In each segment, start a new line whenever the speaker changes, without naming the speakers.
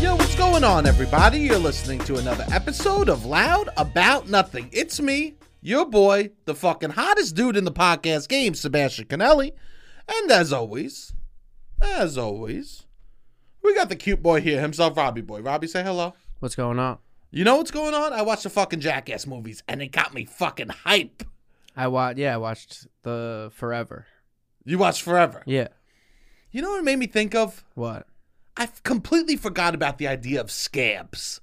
Yo, what's going on, everybody? You're listening to another episode of Loud About Nothing. It's me, your boy, the fucking hottest dude in the podcast game, Sebastian Canelli. And as always, as always, we got the cute boy here himself, Robbie Boy. Robbie, say hello.
What's going on?
You know what's going on? I watched the fucking Jackass movies, and it got me fucking hype.
I watched. Yeah, I watched the Forever.
You watched forever.
Yeah.
You know what it made me think of?
What?
I f- completely forgot about the idea of scabs.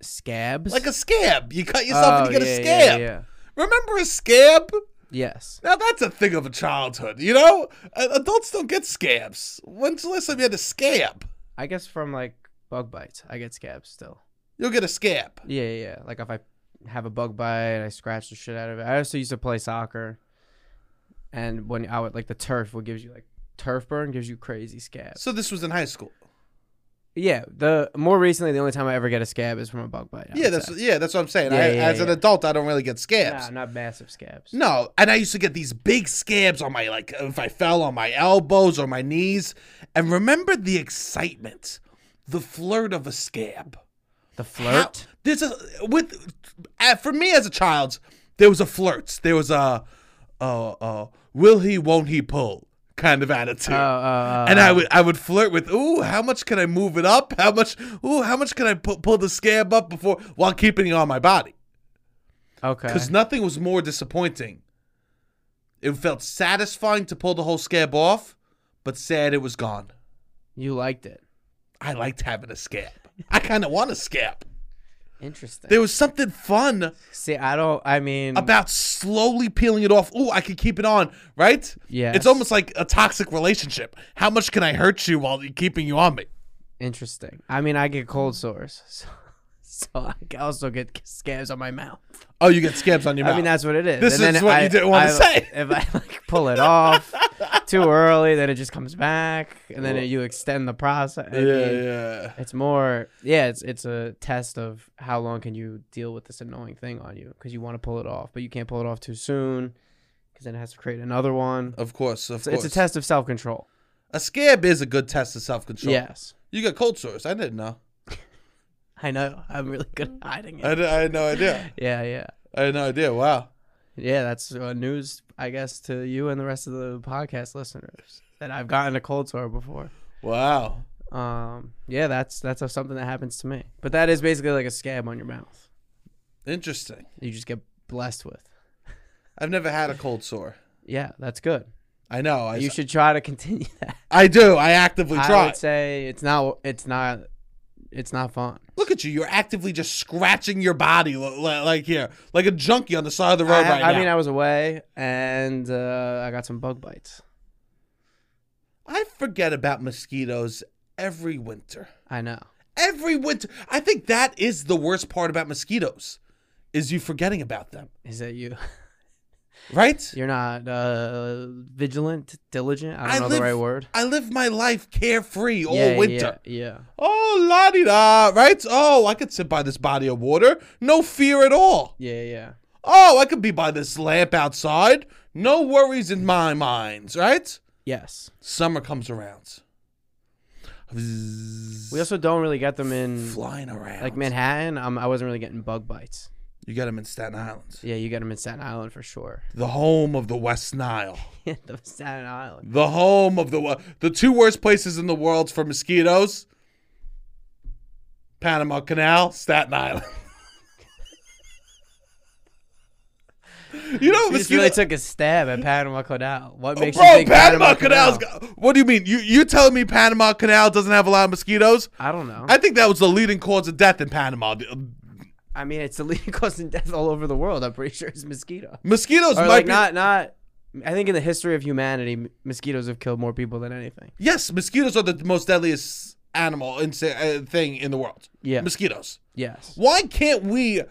Scabs.
Like a scab. You cut yourself and
Oh,
you get
yeah,
a
yeah,
scab.
yeah.
Remember a scab?
Yes.
Now that's a thing of a childhood, you know? Uh, Adults don't get scabs. When's the last time you had a scab?
I guess from like bug bites, I get scabs still.
You'll get a scab.
Yeah, yeah. yeah. Like if I have a bug bite, I scratch the shit out of it. I also used to play soccer, and when I would like the turf, what gives you like turf burn gives you crazy scabs.
So this was in high school.
Yeah. The more recently, the only time I ever get a scab is from a bug bite. I
yeah,
would
that's
say.
yeah, that's what I'm saying.
Yeah,
I,
yeah,
as an
yeah.
adult, I don't really get scabs.
Nah, not massive scabs.
No, and I used to get these big scabs on my like if I fell on my elbows or my knees. And remember the excitement, the flirt of a scab.
The flirt.
How- There's a with uh, for me as a child, there was a flirt. There was a uh uh will he won't he pull kind of attitude.
Oh, oh, oh,
and
oh.
I would I would flirt with ooh how much can I move it up how much ooh how much can I pu- pull the scab up before while keeping it on my body
Okay.
because nothing was more disappointing. It felt satisfying to pull the whole scab off, but sad it was gone.
You liked it.
I liked having a scab. I kind of want a scab.
Interesting.
There was something fun
See, I don't. I mean,
about slowly peeling it off. Ooh, I could keep it on, right?
Yes.
It's almost like a toxic relationship. How much can I hurt you while keeping you on me?
interesting. I mean, I get cold sores, so, so I can also get scabs on my mouth.
Oh, you get scabs on your mouth.
I mean, that's what it is.
This
And then
is what
I-
you didn't wanna
I-
say.
If I like pull it off too early, then it just comes back, and then you extend the process. I
yeah,
mean,
yeah.
It's more, yeah. It's it's a test of how long can you deal with this annoying thing on you because you want to pull it off, but you can't pull it off too soon because then it has to create another one.
Of course, of
So
course.
it's a test of self control.
A scab is a good test of self control.
Yes,
You got cold sores. I didn't know.
I know. I'm really good at hiding it.
I, di- I had no idea.
Yeah, yeah.
I had no idea. Wow.
Yeah, that's uh, news, I guess, to you and the rest of the podcast listeners that I've gotten a cold sore before.
Wow.
Um, yeah, that's that's uh, something that happens to me. But that is basically like a scab on your mouth.
Interesting.
You just get blessed with.
I've never had a cold sore.
Yeah, that's good.
I know. I,
You should try to continue that.
I do. I actively
I
try.
would say it's not it's not it's not fun.
Look at you. You're actively just scratching your body li- li- like here, like a junkie on the side of the road
I,
right
I
now.
mean, I was away and uh, I got some bug bites.
I forget about mosquitoes every winter.
I know.
Every winter. I think that is the worst part about mosquitoes is you forgetting about them,
Is that you?
right?
You're not uh, vigilant, diligent. I don't
I
know
live-
the right word.
I live my life carefree all
yeah,
winter.
Yeah, yeah.
Oh, la di da, right? Oh, I could sit by this body of water. No fear at all.
Yeah, yeah.
Oh, I could be by this lamp outside. No worries in my minds, right?
Yes.
Summer comes around.
We also don't really get them in
flying around.
like Manhattan. Um, I wasn't really getting bug bites.
You got them in Staten Island,
Yeah, you get them in Staten Island for sure.
the home of the West Nile,
Yeah, the Staten Island.
the home of the wo- the two worst places in the world for mosquitoes. Panama Canal, Staten Island. you know,
You just
mosquito-
really took a stab at Panama Canal. What makes you
bro,
think
Panama,
Panama,
Canal's
Canal?
got- What do you mean? You you telling me Panama Canal doesn't have a lot of mosquitoes?
I don't know. I,
I think that was the leading cause of death in Panama. The-
mean, it's the leading cause of death all over the world. I'm pretty sure it's mosquito.
Mosquitoes
Or
might
like
be
not not. I think in the history of humanity, m- mosquitoes have killed more people than anything.
Yes, mosquitoes are the most deadliest animal in, uh, thing in the world.
Yeah.
mosquitoes.
Yes.
Why can't we,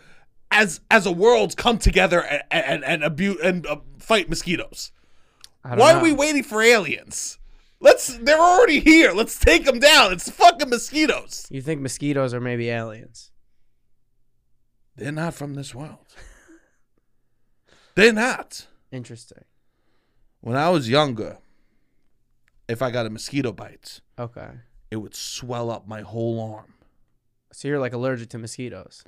as as a world, come together and and and, abu- and uh, fight mosquitoes?
I don't
Why
know.
are we waiting for aliens? Let's. They're already here. Let's take them down. It's fucking mosquitoes.
You think mosquitoes are maybe aliens?
They're not from this world. They're not.
Interesting.
When I was younger, if I got a mosquito bite,
Okay.
it would swell up my whole arm.
So you're like allergic to mosquitoes,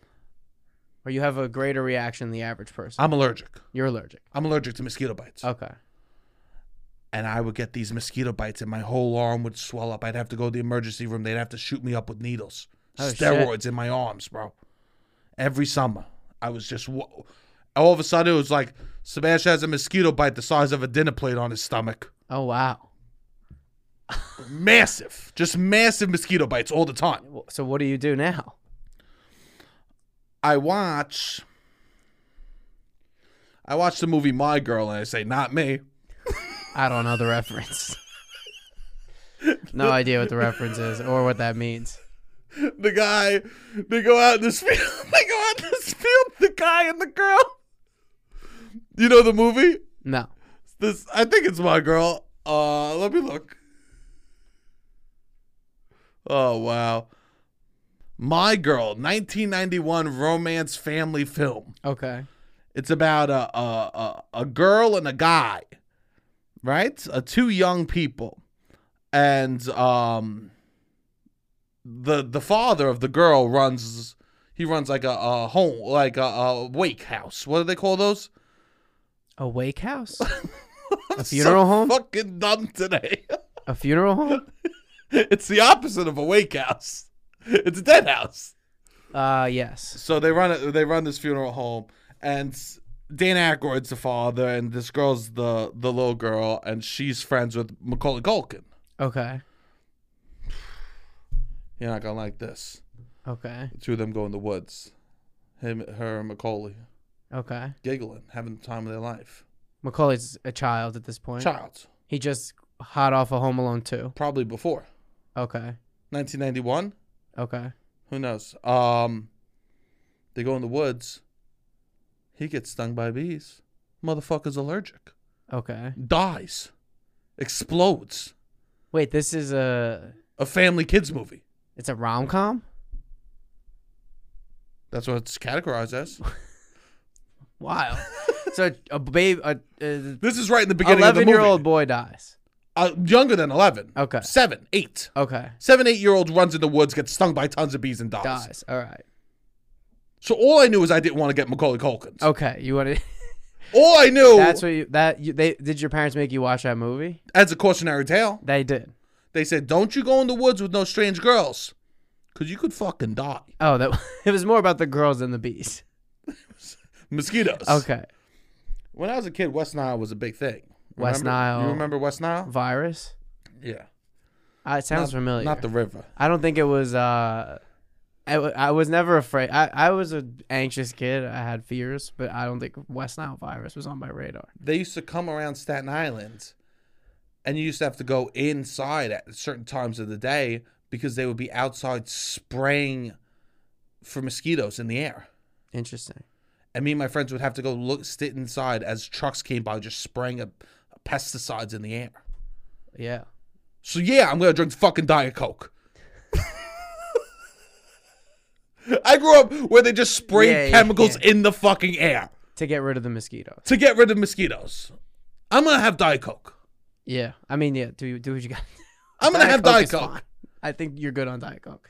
or you have a greater reaction than the average person.
I'm allergic.
you're allergic.
I'm allergic to mosquito bites.
Okay.
and I would get these mosquito bites, and my whole arm would swell up. I'd have to go to the emergency room. They'd have to shoot me up with needles,
Oh, shit.
steroids in my arms, bro. Every summer, I was just whoa. all of a sudden it was like Sebastian has a mosquito bite the size of a dinner plate on his stomach,
Oh wow.
massive, just massive mosquito bites all the time.
Wh- So what do you do now?
I watch, I watch the movie My Girl, and I say, not me.
I don't know the reference. no idea what the reference is or what that means.
the guy they go out in this field they go out in this field the guy and the girl you know the movie
No.
this i think it's my girl uh let me look oh wow my girl 1991 romance family film
Okay.
it's about a a, a, a girl and a guy, right? Uh, two young people, and um, the the father of the girl runs. He runs like a, a home, like a, a wake house. What do they call those?
A wake house?
I'm
A funeral
so
home?
Fucking dumb today.
A funeral home?
it's the opposite of a wake house. It's a dead house.
Uh yes.
So they run it. They run this funeral home, and s- Dan Aykroyd's the father, and this girl's the the little girl, and she's friends with Macaulay Culkin.
Okay.
You're not gonna like this.
Okay.
The two of them go in the woods. Him, her, and Macaulay
Okay.
giggling, having the time of their life.
Macaulay's a child at this point.
Child,
He just hot off of Home Alone 2.
probably before
Okay.
1991.
Okay.
Who knows? Um, they go in the woods. He gets stung by bees. Motherfucker's allergic.
Okay.
Dies. Explodes.
Wait, this is a
A family kids movie.
it's a rom com?
That's what it's categorized as.
Wow. so a babe a, a
This is right in the beginning of the
eleven
movie.
year old boy dies.
uh, younger than eleven.
Okay.
Seven, eight,
Okay.
seven, eight year old runs in the woods, gets stung by tons of bees and dies.
Dies. All right.
So all I knew is I didn't want to get Macaulay Culkin.
Okay. You want to?
All I knew
That's what you that you, they did. Your parents make you watch that movie?
as a cautionary tale,
They did.
they said, "Don't you go in the woods with no strange girls, because you could fucking die."
Oh, that it was more about the girls than the bees.
Mosquitoes.
Okay.
When I was a kid, West Nile was a big thing.
West
Remember-
Nile.
You remember West Nile?
Virus.
Yeah.
Uh, it sounds familiar.
Not the river.
I don't think it was. Uh, I, w- I was never afraid. I, I was an anxious kid. I had fears, but I don't think West Nile virus was on my radar.
they used to come around Staten Island, and you used to have to go inside at certain times of the day because they would be outside spraying for mosquitoes in the air.
Interesting.
And me and my friends would have to go look, sit inside as trucks came by, just spraying a, pesticides in the air.
Yeah.
So yeah, I'm gonna drink fucking Diet Coke. I grew up where they just sprayed
Yeah, yeah,
chemicals in the fucking air
To get rid of the mosquitoes.
to get rid of mosquitoes. I'm gonna have Diet Coke.
Yeah. I mean, yeah. Do do what you got.
I'm gonna have Diet
is
Coke.
fine. I think you're good on Diet Coke.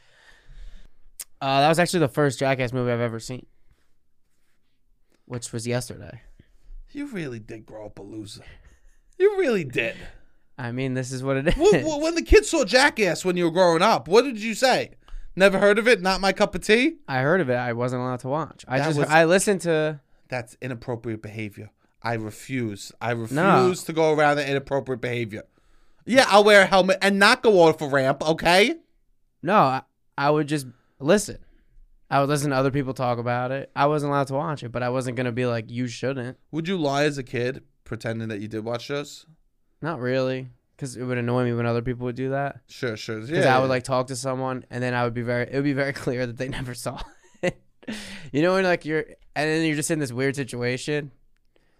Uh, that was actually the first Jackass movie I've ever seen, which was yesterday.
You really did grow up a loser. You really did.
I mean, this is what it is.
Wh- wh- when the kids saw Jackass when you were growing up, what did you say? Never heard of it. Not my cup of tea.
I heard of it. I wasn't allowed to watch. I
That
just
was-
I listened to.
That's inappropriate behavior. I refuse. I refuse
No.
to go around the inappropriate behavior. Yeah, I'll wear a helmet and not go off a ramp. Okay.
No, I, I would just listen. I would listen to other people talk about it. I wasn't allowed to watch it, but I wasn't gonna be like, you shouldn't.
Would you lie as a kid, pretending that you did watch shows?
Not really, because it would annoy me when other people would do that.
Sure, sure.
Because
Yeah,
I would
yeah.
like talk to someone, and then I would be very. It would be very clear that they never saw it. you know, when like you're, and then you're just in this weird situation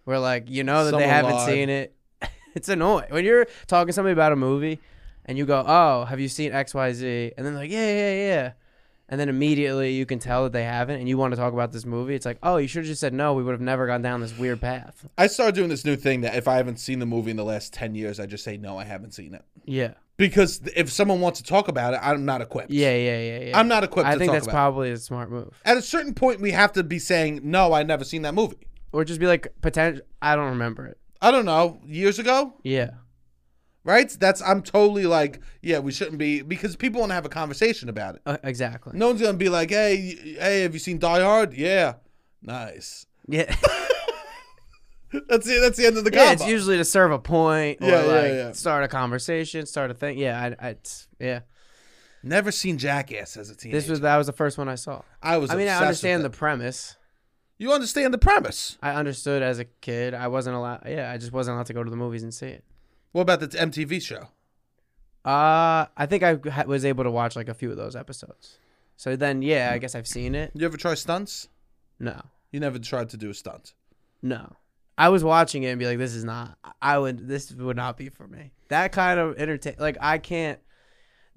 where like you know that
Someone
they haven't
lied.
seen it. it's annoying when you're talking to somebody about a movie, and you go, "Oh, have you seen X Y Z? And then like, "Yeah, yeah, yeah." and then immediately you can tell that they haven't, and you want to talk about this movie. It's like, oh, you should have just said no. We would have never gone down this weird path.
I started doing this new thing that if I haven't seen the movie in the last 10 years, I just say, no, I haven't seen it.
Yeah,
Because th- if someone wants to talk about it, I'm not equipped.
yeah, yeah, yeah, yeah.
I'm not equipped
I
to
think
talk
that's
about
probably a smart move.
it. At a certain point, we have to be saying, no, I never seen that movie.
Or just be like, potential. I don't remember it.
I don't know, years ago,
Yeah,
right? That's, I'm totally like, yeah, we shouldn't be, because people want to have a conversation about it.
uh, exactly.
No one's going to be like, hey, y- hey, have you seen Die Hard? Yeah. Nice.
Yeah,
That's the, that's the end of the
yeah.
combo.
It's usually to serve a point or
Yeah, yeah,
like
yeah.
start a conversation, start a thing. Yeah, I, I it's, yeah.
Never seen Jackass as a teenager.
This was that was the first one I saw.
I was.
I mean, I
obsessed
understand the
with it.
premise.
You understand the premise.
I understood as a kid. I wasn't allowed. Yeah, I just wasn't allowed to go to the movies and see it.
What about the MTV show?
Uh, I think I ha- was able to watch like a few of those episodes. So then, yeah,
Mm.
I guess I've seen it.
You ever try stunts?
No,
You never tried to do a stunt.
no. I was watching it and be like, this is not. I would. This would not be for me. That kind of entertain. Like I can't.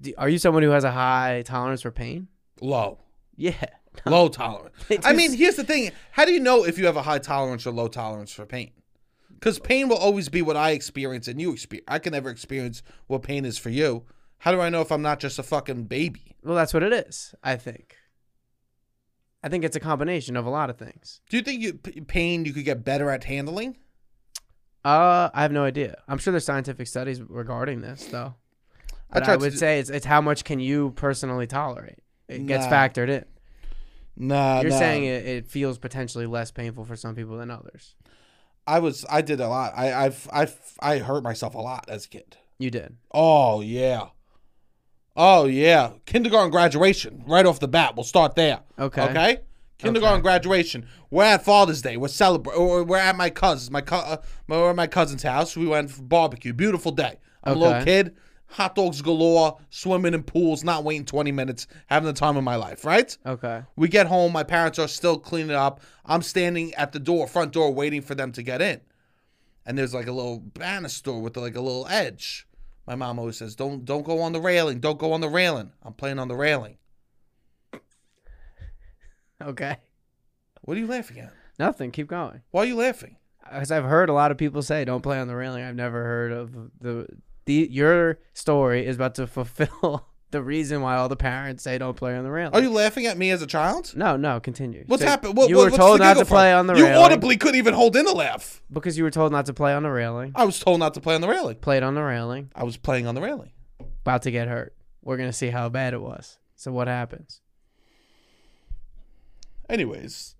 Do, are you someone who has a high tolerance for pain?
Low,
Yeah.
low tolerance.
It
I mean,
just-
here's the thing: how do you know if you have a high tolerance or low tolerance for pain? Because pain will always be what I experience and you experience. I can never experience what pain is for you. How do I know if I'm not just a fucking baby?
Well, that's what it is. I think. I think it's a combination of a lot of things.
Do you think you p- pain you could get better at handling?
Uh, I have no idea. I'm sure there's scientific studies regarding this, though.
I
But I,
tried to
would
do-
say it's, it's how much can you personally tolerate? It gets
Nah.
factored in.
Nah,
You're
nah.
saying it, it feels potentially less painful for some people than others.
I was. I did a lot. I I've, I've I hurt myself a lot as a kid.
You did.
Oh yeah. Oh yeah. Kindergarten graduation right off the bat. We'll start there.
Okay.
Okay. Kindergarten graduation. We're at Father's Day. We're celebrating. Or we're at my cousin's. My co- uh, my- we're at my cousin's house. We went for barbecue. Beautiful day. I'm a little
Okay.
kid. Hot dogs galore. Swimming in pools. Not waiting 20 minutes. Having the time of my life. Right.
Okay.
We get home. My parents are still cleaning up. I'm standing at the door, front door, waiting for them to get in. And there's like a little banister with like a little edge. My mom always says, "Don't don't go on the railing. Don't go on the railing." I'm playing on the railing.
Okay.
What are you laughing at?
Nothing. Keep going.
Why are you laughing?
Because I've heard a lot of people say, "Don't play on the railing." I've never heard of the the your story is about to fulfill the reason why all the parents say, "Don't play on the railing."
Are you laughing at me as a child?
No, no. Continue.
What's
So
happened? What,
you
what-
were
what's
told
the
not
giggle
to play
for?
on the
You
railing
audibly couldn't even hold in a laugh.
because you were told not to play on the railing.
I was told not to play on the railing.
Played on the railing.
I was playing on the railing.
about to get hurt. We're gonna see how bad it was. So what happens?
Anyways,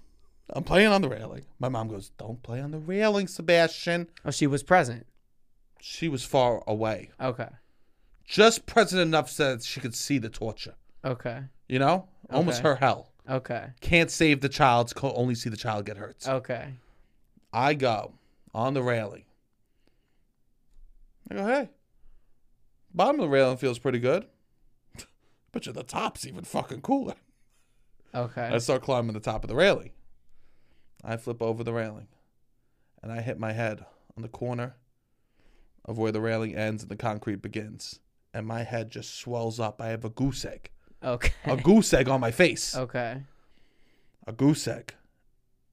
I'm playing on the railing. My mom goes, "Don't play on the railing, Sebastian."
Oh, she was present.
She was far away,
Okay.
just present enough so that she could see the torture.
Okay.
You know, almost
Okay.
her hell.
Okay.
Can't save the child, can only see the child get hurt.
Okay.
I go on the railing. I go, hey, bottom of the railing feels pretty good. but you the top's even fucking cooler. I
Okay.
start climbing the top of the railing. I flip over the railing and I hit my head on the corner of where the railing ends and the concrete begins. And my head just swells up. I have a goose egg. A
Okay.
goose egg on my face.
Okay.
A goose egg.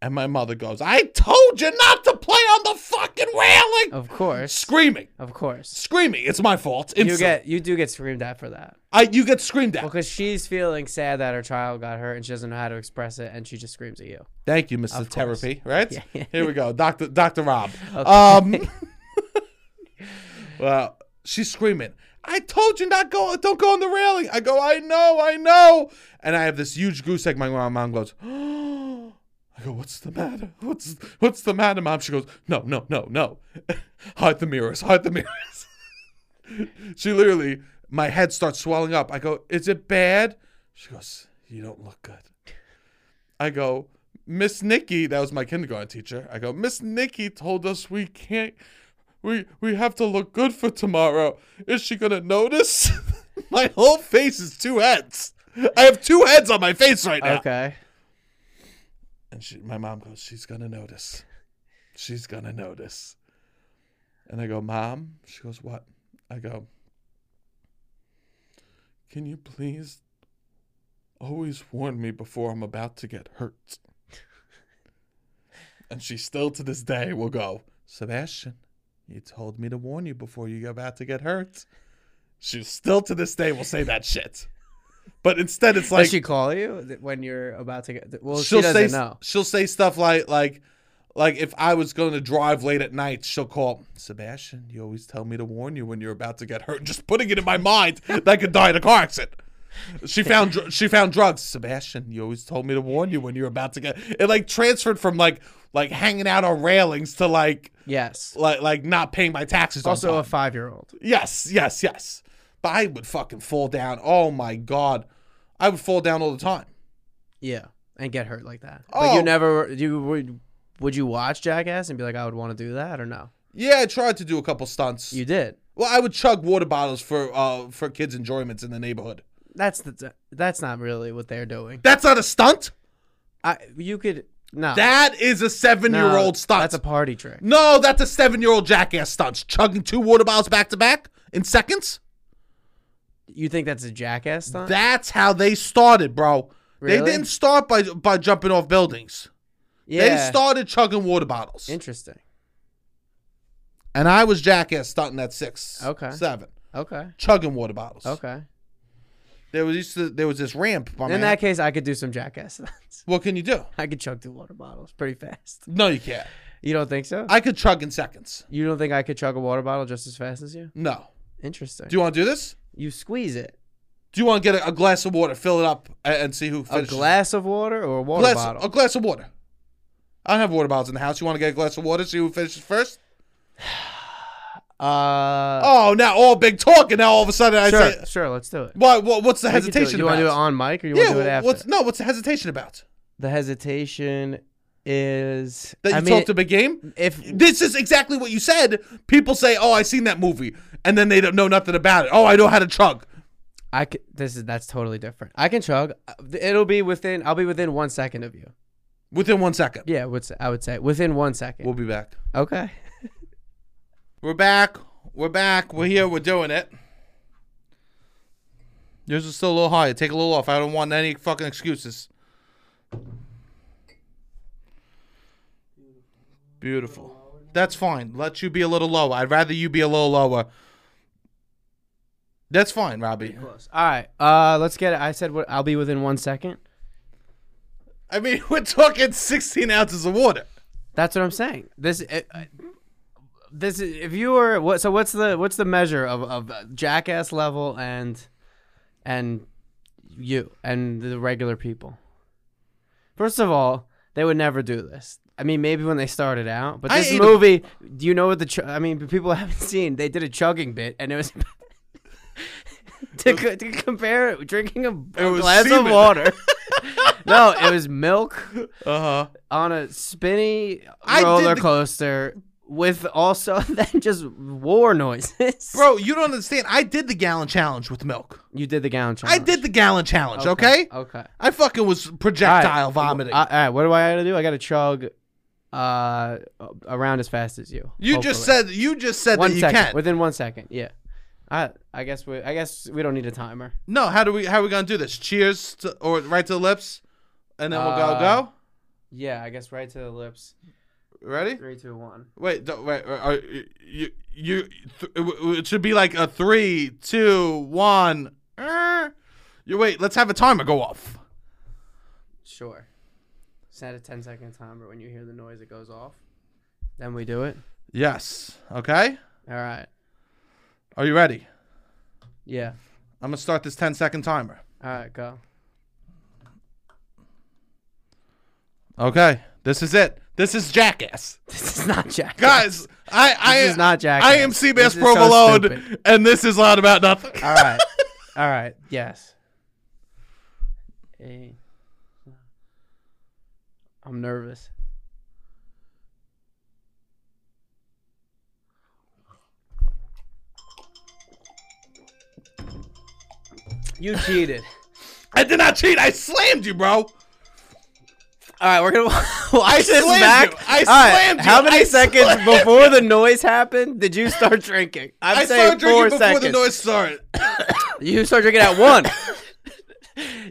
And my mother goes, I told you not to play on the fucking railing!
Of course.
Screaming.
Of course.
Screaming. It's my fault.
You
Instant.
get you do get screamed at for that.
I, you get screamed at.
Well, because she's feeling sad that her child got hurt and she doesn't know how to express it, and she just screams at you.
Thank you, Mr.
Of course.
Therapy. Right?
Yeah.
Here we go. Dr. Dr. Rob. Um Well, she's screaming. I told you not go don't go on the railing. I go, I know, I know. And I have this huge goose egg. My mom mom goes, oh. I go, what's the matter? What's what's the matter, mom? She goes, no, no, no, no. hide the mirrors, hide the mirrors. she literally, my head starts swelling up. I go, is it bad? She goes, you don't look good. I go, Miss Nikki, that was my kindergarten teacher. I go, Miss Nikki told us we can't, we we have to look good for tomorrow. Is she gonna notice? my whole face is two heads. I have two heads on my face right now.
Okay.
And she, my mom goes, she's gonna notice. She's gonna notice. And I go, Mom. She goes, What? I go. Can you please Always warn me before I'm about to get hurt. and she still to this day will go, Sebastian, you told me to warn you before you're about to get hurt. She still to this day will say that shit. But instead, it's like
Does she call you th- when you're about to get? th- Well, she
she'll
doesn't
say
know.
she'll say stuff like like like if I was going to drive late at night, she'll call Sebastian. You always tell me to warn you when you're about to get hurt. Just putting it in my mind that I could die in a car accident. She found dr- she found drugs. Sebastian, you always told me to warn you when you're about to get. It like transferred from like like hanging out on railings to like
Yes.
like like not paying my taxes. on
Also,
time.
a five-year-old.
Yes, yes, yes. But I would fucking fall down. Oh my god, I would fall down all the time.
Yeah, and get hurt like that. But
Oh.
you never. You would. Would you watch Jackass and be like, I would want to do that or no?
Yeah, I tried to do a couple stunts.
You did.
Well, I would chug water bottles for uh for kids' enjoyments in the neighborhood.
That's the. That's not really what they're doing.
That's not a stunt.
I. You could. No.
That is a seven
no,
year old stunt.
That's a party trick.
no, that's a seven year old jackass stunt. Chugging two water bottles back to back in seconds.
You think that's a Jackass stunt?
That's how they started, bro. They
Really?
didn't start by by jumping off buildings.
yeah.
They started chugging water bottles.
Interesting.
And I was jackass stunting at six,
Okay.
seven,
Okay.
chugging water bottles.
Okay.
There was used to, there was this ramp. My
In
Oh, man.
that case, I could do some Jackass stunts.
what can you do?
I could chug two water bottles pretty fast.
No, you can't.
You don't think so?
I could chug in seconds.
You don't think I could chug a water bottle just as fast as you?
No.
Interesting.
Do you want to do this?
you squeeze it.
Do you want to get a, a glass of water, fill it up, a- and, see who
A
finishes?
glass of water or a water
glass,
bottle?
a glass of water. I don't have water bottles in the house. You want to get a glass of water, see who finishes first?
Uh,
Oh, now all big talk, and now all of a sudden I
sure,
say,
sure. Let's do it.
"Why? What, what's the
We could do it.
hesitation
You
about?"
want to do it on mic or you
yeah,
want to do it
wh-
after?
what's no? What's the hesitation about?
the hesitation is
That you
I mean,
talked a big game.
if
This is exactly what you said. People say, "Oh, I seen that movie," and then they don't know nothing about it. Oh, I know how to chug.
I c- this is that's totally different. I can chug. Uh, It'll be within. I'll be within one second of you.
Within one second,
Yeah, would s- I would say within one second.
we'll be back.
okay.
We're back. We're back. We're here. We're doing it. Yours is still a little high. Take a little off. I don't want any fucking excuses. Beautiful. That's fine. Let you be a little lower. I'd rather you be a little lower. That's fine, Robbie.
Close. All right. Uh, let's get it. I said what I'll be within one second.
I mean, we're talking 16 ounces of water.
That's what I'm saying. This. It, I- this is- if you were what so what's the what's the measure of, of jackass level and and you and the regular people first of all they would never do this i mean maybe when they started out but
I
this
ate 'em.
movie do you know what the ch- i mean people haven't seen they did a chugging bit and it was to, co- to compare it, drinking a, a
was
glass
semen.
of water no it was milk
Uh huh.
on a spinny
I did
roller
the-
coaster with also then just war noises.
Bro, you don't understand. I did the gallon challenge with milk.
you did the gallon
I
challenge.
did the gallon challenge, okay?
Okay.
I fucking was projectile vomiting.
all right. What do I gotta do? I gotta chug uh around as fast as you.
You just
hopefully.
said you just said
one
that you
second.
can.
Within one second. Yeah. I I guess we I guess we don't need a timer.
no, how do we how are we gonna do this? Cheers to, or right to the lips, and then we'll
Uh,
go
Yeah. I guess right to the lips.
go. Ready?
Three, two, one.
Wait, do wait. wait, Are, you you th- it w- it should be like a three, two, one. er. You wait. Let's have a timer go off.
Sure. Set a 10 second timer. When you hear the noise, it goes off. Then we do it.
Yes. Okay.
All right.
Are you ready?
Yeah.
I'm gonna start this 10 second timer.
All right. Go.
Okay. This is it. This is jackass,
This is not Jack.
guys. I I
This is not jackass.
I am
This
CBS
is so
Provolone,
stupid.
and this is loud about nothing.
All right. All right. Yes. Hey. I'm nervous. You cheated.
I did not cheat. I slammed you, bro.
All right, we're gonna watch this
slammed
back.
you. I
All right,
slammed you.
How many
I
seconds
slammed
before the noise happened did you start drinking? I'm
I started
saying
drinking
four
before
seconds.
the noise started.
You start drinking at one.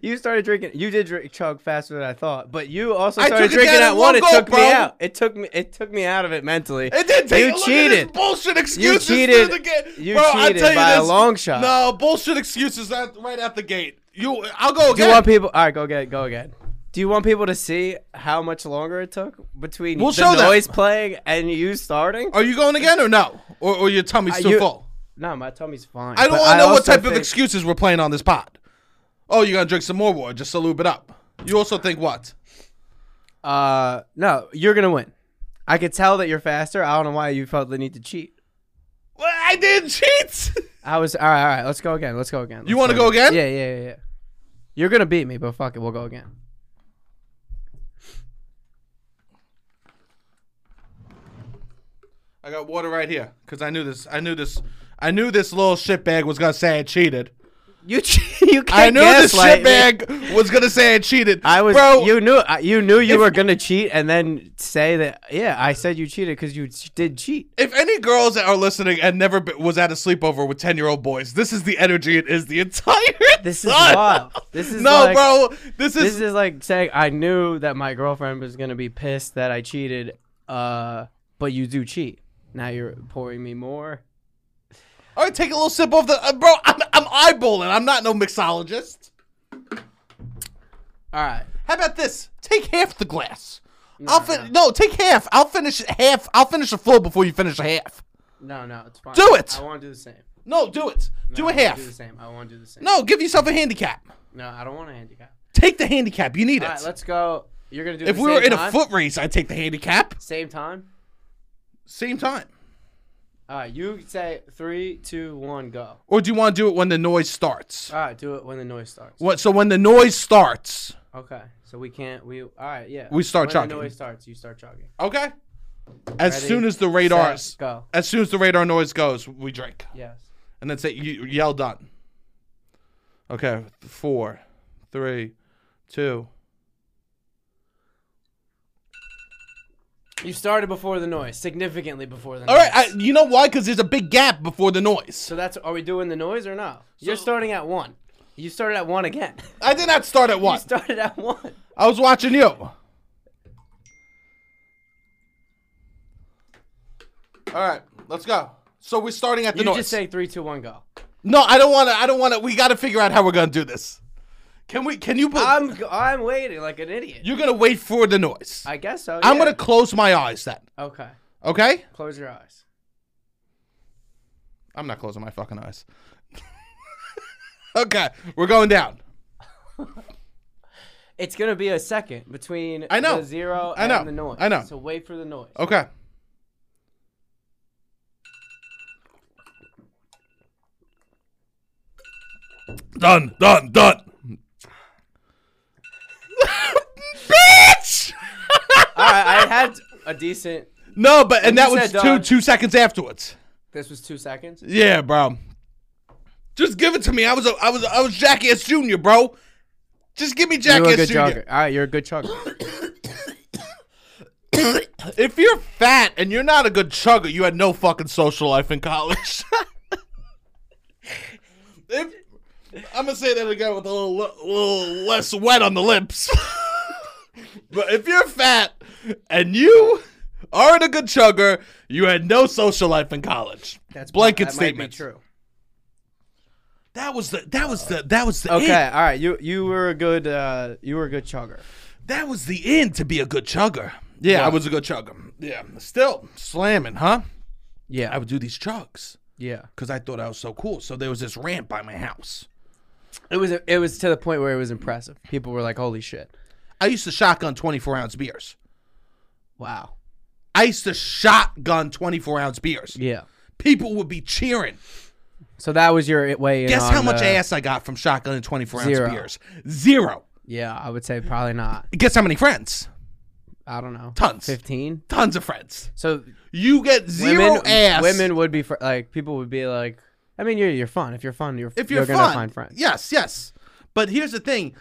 you started drinking. You did drink chug faster than I thought, but you also
I
started
took it
drinking
down
at
in
one.
one
It
gulp,
took
bro.
me out. It took me. It took me out of it mentally.
It did take
You
a look at
cheated.
this bullshit excuses through
cheated.
the gate.
You
Bro, I
cheated
tell you
by a
this,
long shot.
No bullshit excuses at, right at the gate. You, I'll go
Do
again.
you want people? All right, go again. Go again. Do you want people to see how much longer it took between
We'll
the
show them.
noise playing and you starting?
Are you going again or no? Or, or your tummy's
Uh,
still
you-
full?
No, my tummy's fine.
I don't
but
want to know what
also
type of
think-
excuses we're playing on this pod. Oh, you're gonna drink some more water just to lube it up. You also think what?
Uh, no, you're gonna win. I could tell that you're faster. I don't know why you felt the need to cheat.
Well, I didn't cheat.
I was all right. All right, let's go again. Let's go again.
You
Let's
wanna go again?
Yeah, yeah, yeah, yeah. You're gonna beat me, but fuck it, we'll go again.
I got water right here because I knew this. I knew this. I knew this little shitbag was gonna say I cheated.
You che- you can't
I knew this
gaslight me.
shitbag was gonna say I cheated.
I was
bro.
you knew I- you knew you were gonna cheat and then say that yeah I said you cheated because you ch- did cheat.
if any girls that are listening and never be- was at a sleepover with ten year old boys, this is the energy it is the entire.
This is
time.
wild. This is
no,
like-
bro. This is,
This is like saying I knew that my girlfriend was gonna be pissed that I cheated, uh, but you do cheat. Now you're pouring me more.
All right, take a little sip of the uh, bro. I'm, I'm eyeballing. I'm not no mixologist.
All right.
How about this? Take half the glass. I'll fin- no, take half. I'll finish half. I'll finish a full before you finish a half.
No, no, it's fine.
Do it!
I want to do the same.
No, do it. do
I
a
wanna
half.
Do the same. I want to do the same.
No, give yourself a handicap.
No, I don't want a handicap.
Take the handicap. You need
All
it.
right, let's go. You're gonna do.
if
the
we
same
were in a
time?
foot race, I'd take the handicap.
same time.
Same time.
All right, you say three, two, one, go.
Or do you want to do it when the noise starts?
All right, do it when the noise starts.
What? So when the noise starts,
Okay, so we can't. We all right, yeah.
We start
when
chugging.
The noise starts. You start chugging.
okay. As
Ready,
soon as the
Set,
radars,
go.
as soon as the radar noise goes, we drink.
Yes.
and then say you yell done. Okay, four, three, two.
You started before the noise, significantly before the noise.
All right, I, you know why? Because there's a big gap before the noise.
so that's are we doing the noise or not? You're starting at one. You started at one again.
I did not start at
you
one.
started at one.
I was watching you. All right, let's go. So we're starting at the
You
noise.
just say three, two, one, go.
no, I don't want to. I don't want to. We got to figure out how we're gonna do this. Can we? Can you? Put,
I'm g- I'm waiting like an idiot.
you're gonna wait for the noise.
I guess so.
I'm
yeah.
gonna close my eyes then.
Okay,
Okay.
close your eyes.
I'm not closing my fucking eyes. okay, we're going down.
It's gonna be a second between
I know.
the zero
I
and
know.
the noise.
I know.
So wait for the noise.
Okay. Done, done, done. Bitch!
All right, I had a decent.
No, but and
you
that was
said
two
done.
two seconds afterwards.
This was two seconds.
Yeah, bro. Just give it to me. I was a, I was I was Jackass Junior, bro. Just give me
You're a
Jackass
good
Junior.
jogger. All right, you're a good chugger.
if you're fat and you're not a good chugger, you had no fucking social life in college. if, I'm gonna say that again with a little, le- little less wet on the lips. but if you're fat and you aren't a good chugger, you had no social life in college.
That's
blanket
that Might
statement.
be true.
That was the that was the that was the
Okay,
end.
all right. You you were a good uh you were a good chugger.
That was the end to be a good chugger. Yeah, I
Right.
was a good chugger. Yeah, still slamming, huh?
Yeah,
I would do these chugs.
yeah.
because I thought I was so cool. So there was this ramp by my house.
It was it was to the point where it was impressive. People were like, "Holy shit!
I used to shotgun 24 ounce beers.
Wow!"
I used to shotgun 24 ounce beers.
Yeah.
People would be cheering.
So that was your way in.
Guess
on
how much
the-
ass I got from shotgunning 24
Zero.
ounce beers? Zero.
Yeah, I would say probably not.
Guess how many friends?
I don't know.
Tons.
Fifteen.
Tons of friends.
So
You get zero
women,
ass.
women would be fr- like people would be like, I mean, you're you're fun. If you're fun, you're
if you're,
you're
fun,
gonna find friends.
Yes, yes. But here's the thing.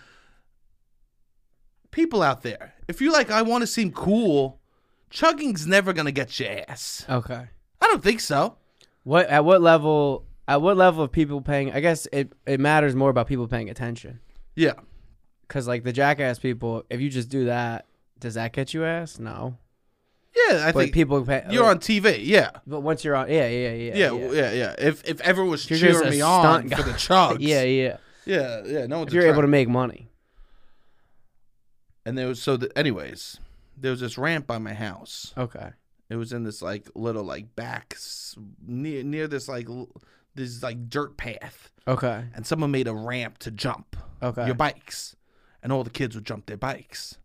People out there, if you're like, I want to seem cool, chugging's never gonna get your ass.
Okay.
I don't think so.
What at what level? At what level of people paying? I guess it it matters more about people paying attention.
Yeah.
Cause like the jackass people, if you just do that, does that get you ass? No.
Yeah, I
But
think
people, pay,
you're on TV. Yeah.
But once you're on, yeah, yeah, yeah,
Yeah, yeah, yeah. If if everyone was
You're just
cheering
a
me on
stunt
for
guy.
the chugs,
yeah, yeah.
yeah, yeah, no one's
If you're able to make money,
And there was so. The, anyways, there was this ramp by my house.
okay.
It was in this like little like back s- near near this like l- this like dirt path,
Okay.
and someone made a ramp to jump
Okay.
your bikes, and all the kids would jump their bikes.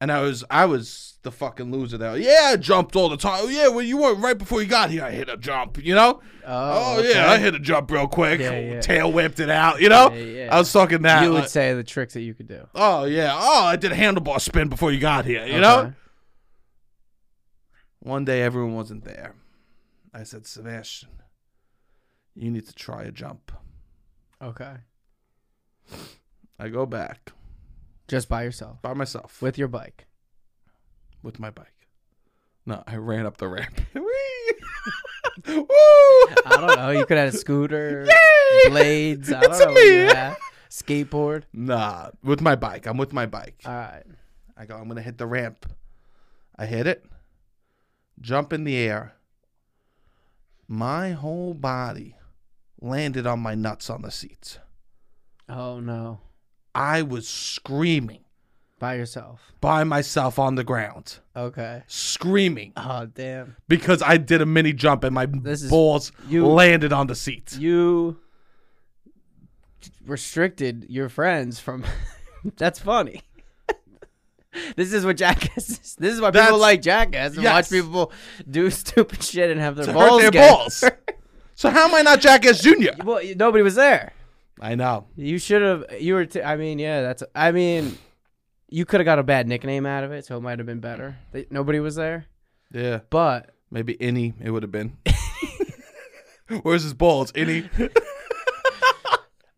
And I was I was the fucking loser there. Yeah, I jumped all the time. Oh, yeah, well you weren't right before you got here. I hit a jump, you know. Oh, yeah, I hit a jump real quick.
Yeah, yeah.
Tail whipped it out, you know.
Yeah, yeah.
I was talking that.
You
like,
would say the tricks that you could do.
oh yeah, oh I did a handlebar spin before you got here, you know.
Okay.
One day everyone wasn't there. I said, Sebastian, you need to try a jump.
Okay.
I go back
Just by yourself
by myself with,
with your bike.
with my bike. No, I ran up the ramp. Whee! Woo!
I don't know. You could have a scooter,
Yay!
blades. I
It's
don't know. What you
me.
have. Skateboard.
Nah, with my bike. I'm with my bike.
All right.
I go, I'm going to hit the ramp. I hit it, jump in the air. My whole body landed on my nuts on the seats.
Oh no.
I was screaming
By yourself.
by myself on the ground,
Okay.
screaming
Oh damn.
because I did a mini jump and my
This is-
balls
you-
landed on the seats.
You restricted your friends from. That's funny. This is what jackass is. This is why people
That's-
like jackass and watch
Yes.
people do stupid shit and have their
To hurt
balls.
their
get-
balls. so how am I not Jackass Junior?
Well, you- nobody was there.
I know.
You should have. You were. T- I mean, yeah. That's. I mean, you could have got a bad nickname out of it, so it might have been better. They, nobody was there,
Yeah,
but
maybe Innie it would have been. Where's his balls, Innie?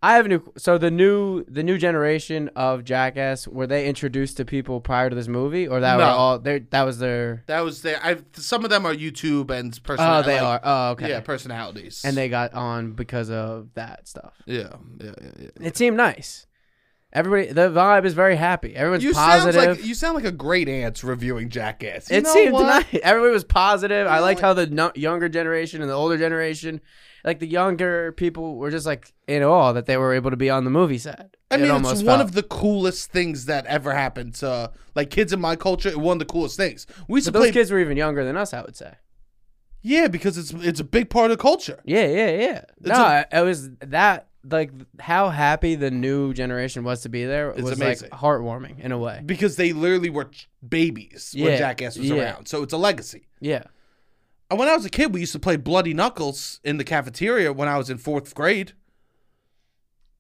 I have a new. So the new the new generation of Jackass were they introduced to people prior to this movie, or that
No.
were all they that was their.
That was there. I've some of them are YouTube and
Oh,
personality.
they are. Oh, okay.
Yeah, personalities.
and they got on because of that stuff.
Yeah, yeah, yeah. yeah.
It seemed nice. Everybody, the vibe is very happy. Everyone's
You
positive.
sound like you sound like a great aunt reviewing Jackass. You
it
know
seemed
what?
nice. Everybody was positive. I
know
liked
what?
how the no- younger generation and the older generation, like the younger people, were just like in awe that they were able to be on the movie set.
I mean,
it
it's one of the coolest things that ever happened to like kids in my culture. It one of the coolest things. We used to
But those
play,
kids were even younger than us. I would say.
yeah, because it's it's a big part of culture.
Yeah, yeah, yeah. no,
a-
I it was that like how happy the new generation was to be there was
amazing.
like heartwarming in a way.
Because they literally were ch- babies when
Yeah,
Jackass was
yeah.
around, so it's a legacy.
Yeah.
And when I was a kid, we used to play Bloody Knuckles in the cafeteria when I was in fourth grade.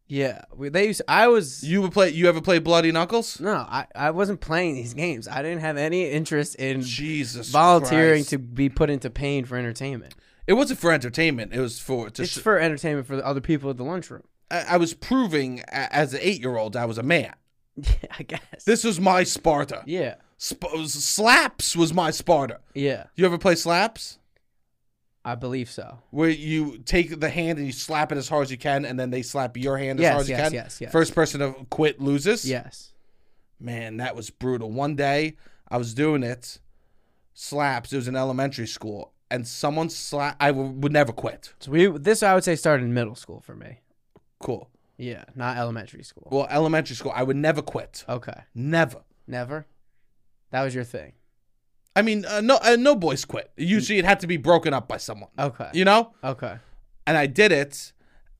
Yeah. We, they used I was
You would play. You ever play Bloody Knuckles?
no, I, I wasn't playing these games. I didn't have any interest in
Jesus,
volunteering
Christ.
to be put into pain for entertainment.
It wasn't for entertainment. It was for to.
It's
sh-
for entertainment for the other people at the lunchroom.
I, I was proving a- as an eight-year-old I was a man.
Yeah, I guess.
This was my Sparta.
yeah.
Sp- slaps was my Sparta.
Yeah.
You ever play slaps?
I believe so.
Where you take the hand and you slap it as hard as you can, and then they slap your hand as
Yes,
hard as
yes,
you can.
yes, yes.
First person to quit loses.
Yes.
Man, that was brutal. One day I was doing it, slaps. It was in elementary school, and someone slap. I w- would never quit.
So we this I would say started in middle school for me.
Cool.
Yeah, not elementary school.
Well, elementary school, I would never quit.
Okay.
Never.
Never. That was your thing.
I mean, uh, no, uh, no boys quit. Usually, it had to be broken up by someone.
Okay.
You know.
Okay.
and I did it,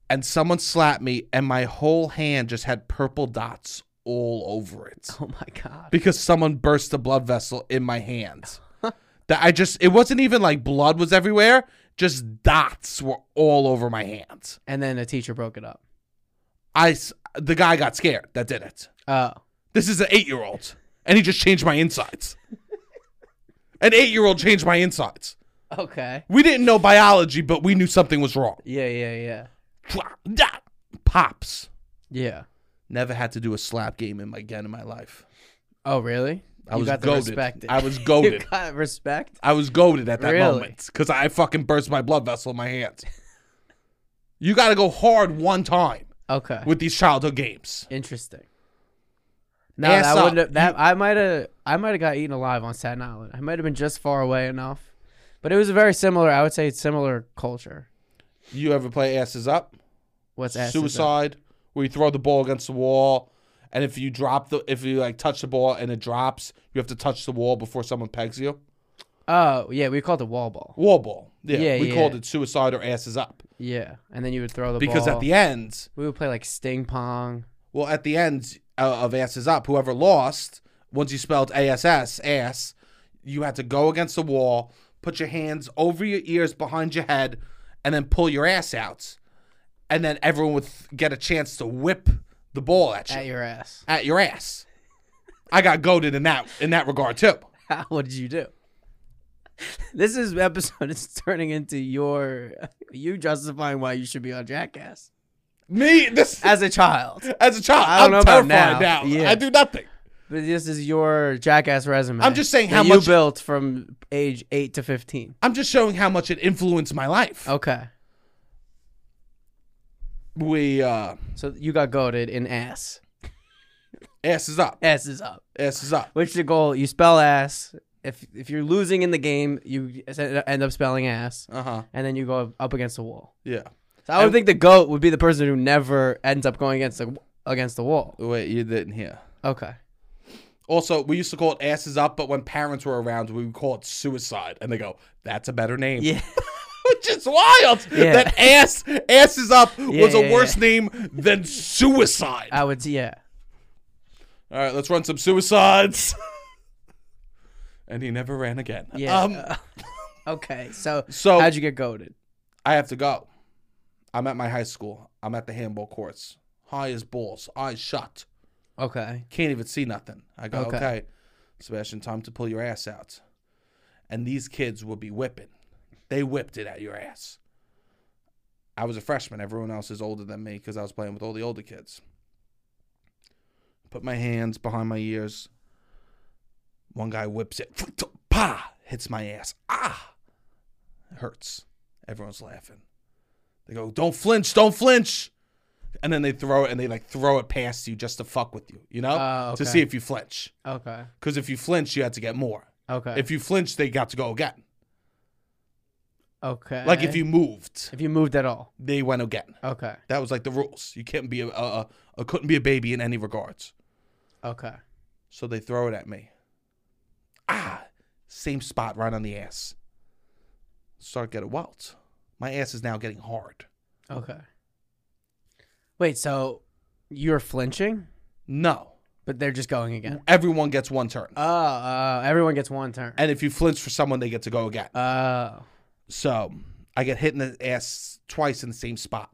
and someone slapped me, and my whole hand just had purple dots all over it
Oh my god.
because someone burst a blood vessel in my hand. that I just, it wasn't even like blood was everywhere, just dots were all over my hands.
And then a teacher broke it up.
I, s- the guy got scared that did it.
Oh.
This is an eight year old, and he just changed my insides. an eight year old changed my insides.
Okay.
We didn't know biology, but we knew something was wrong.
Yeah, yeah, yeah.
Pops.
Yeah.
Never had to do a slap game in my, again in my life.
Oh, really?
I
you
was
got the
goaded.
respect. it.
I was
you
goaded.
got respect?
I was goaded at that
Really?
moment because I fucking burst my blood vessel in my hands. You got to go hard one time.
Okay.
with these childhood games.
Interesting. No,
Ass
that
up.
wouldn't. Have, that I might have. I might have got eaten alive on Staten Island. I might have been just far away enough, but it was a very similar. I would say it's similar culture.
You ever play asses up?
What's asses up?
Suicide, where you throw the ball against the wall, and if you drop the, if you like touch the ball and it drops, you have to touch the wall before someone pegs you.
Oh yeah, we called it wall ball.
Wall ball. Yeah,
Yeah,
we
yeah.
called it suicide or asses up
Yeah, and then you would throw the
because
ball.
at the end,
we would play like sting pong.
well, at the end uh, of asses up, whoever lost, once you spelled ass ass, you had to go against the wall, put your hands over your ears behind your head, and then pull your ass out, and then everyone would th- get a chance to whip the ball at you.
at your ass.
at your ass. I got goaded in that in that regard too.
what did you do? This is episode is turning into your you justifying why you should be on Jackass
Me this
as a child.
as a child,
I don't
I'm
know about
terrified
now.
now.
Yeah.
I do nothing.
But this is your Jackass resume.
I'm just saying
that
how
you
much-
built from age eight to fifteen.
I'm just showing how much it influenced my life.
Okay,
We uh
so you got goaded in ass.
ass is up.
Ass is up.
Ass is up.
Which the goal? You spell ass. If if you're losing in the game, you s- end up spelling ass,
Uh-huh.
and then you go up against the wall.
Yeah.
So I would think the goat would be the person who never ends up going against the against the wall.
Wait, you didn't hear.
Okay.
Also, we used to call it asses up, but when parents were around, we would call it suicide. And they go, That's a better name.
Yeah.
Which is wild.
Yeah.
That ass asses up was
yeah,
a worse name than suicide.
I would. Yeah.
All right, let's run some suicides. and he never ran again.
Yeah.
Um,
Okay. So,
so-
how'd you get goaded?
I have to go. I'm at my high school. I'm at the handball courts. High as balls, eyes shut.
Okay.
Can't even see nothing. I go,
Okay.
okay. Sebastian, time to pull your ass out. And these kids would be whipping. They whipped it at your ass. I was a freshman. Everyone else is older than me because I was playing with all the older kids. Put my hands behind my ears. One guy whips it. Pa! Hits my ass. Ah! It hurts. Everyone's laughing. They go, don't flinch, don't flinch. And then they throw it and they like throw it past you just to fuck with you, you know?
Oh,
To
okay.
see if you flinch.
Okay.
Because if you flinch, you had to get more.
Okay.
If you flinched, they got to go again.
okay.
Like if you moved,
if you moved at all.
they went again.
Okay.
That was like the rules. You can't be a, a, a, a couldn't be a baby in any regards.
Okay.
So they throw it at me. Ah, same spot right on the ass. Start getting wild. My ass is now getting hard.
Okay. Wait. So you're flinching,
No,
but they're just going again.
everyone gets one turn,
Oh, oh, everyone gets one turn.
and if you flinch for someone, they get to go again.
Oh.
So I get hit in the ass twice in the same spot.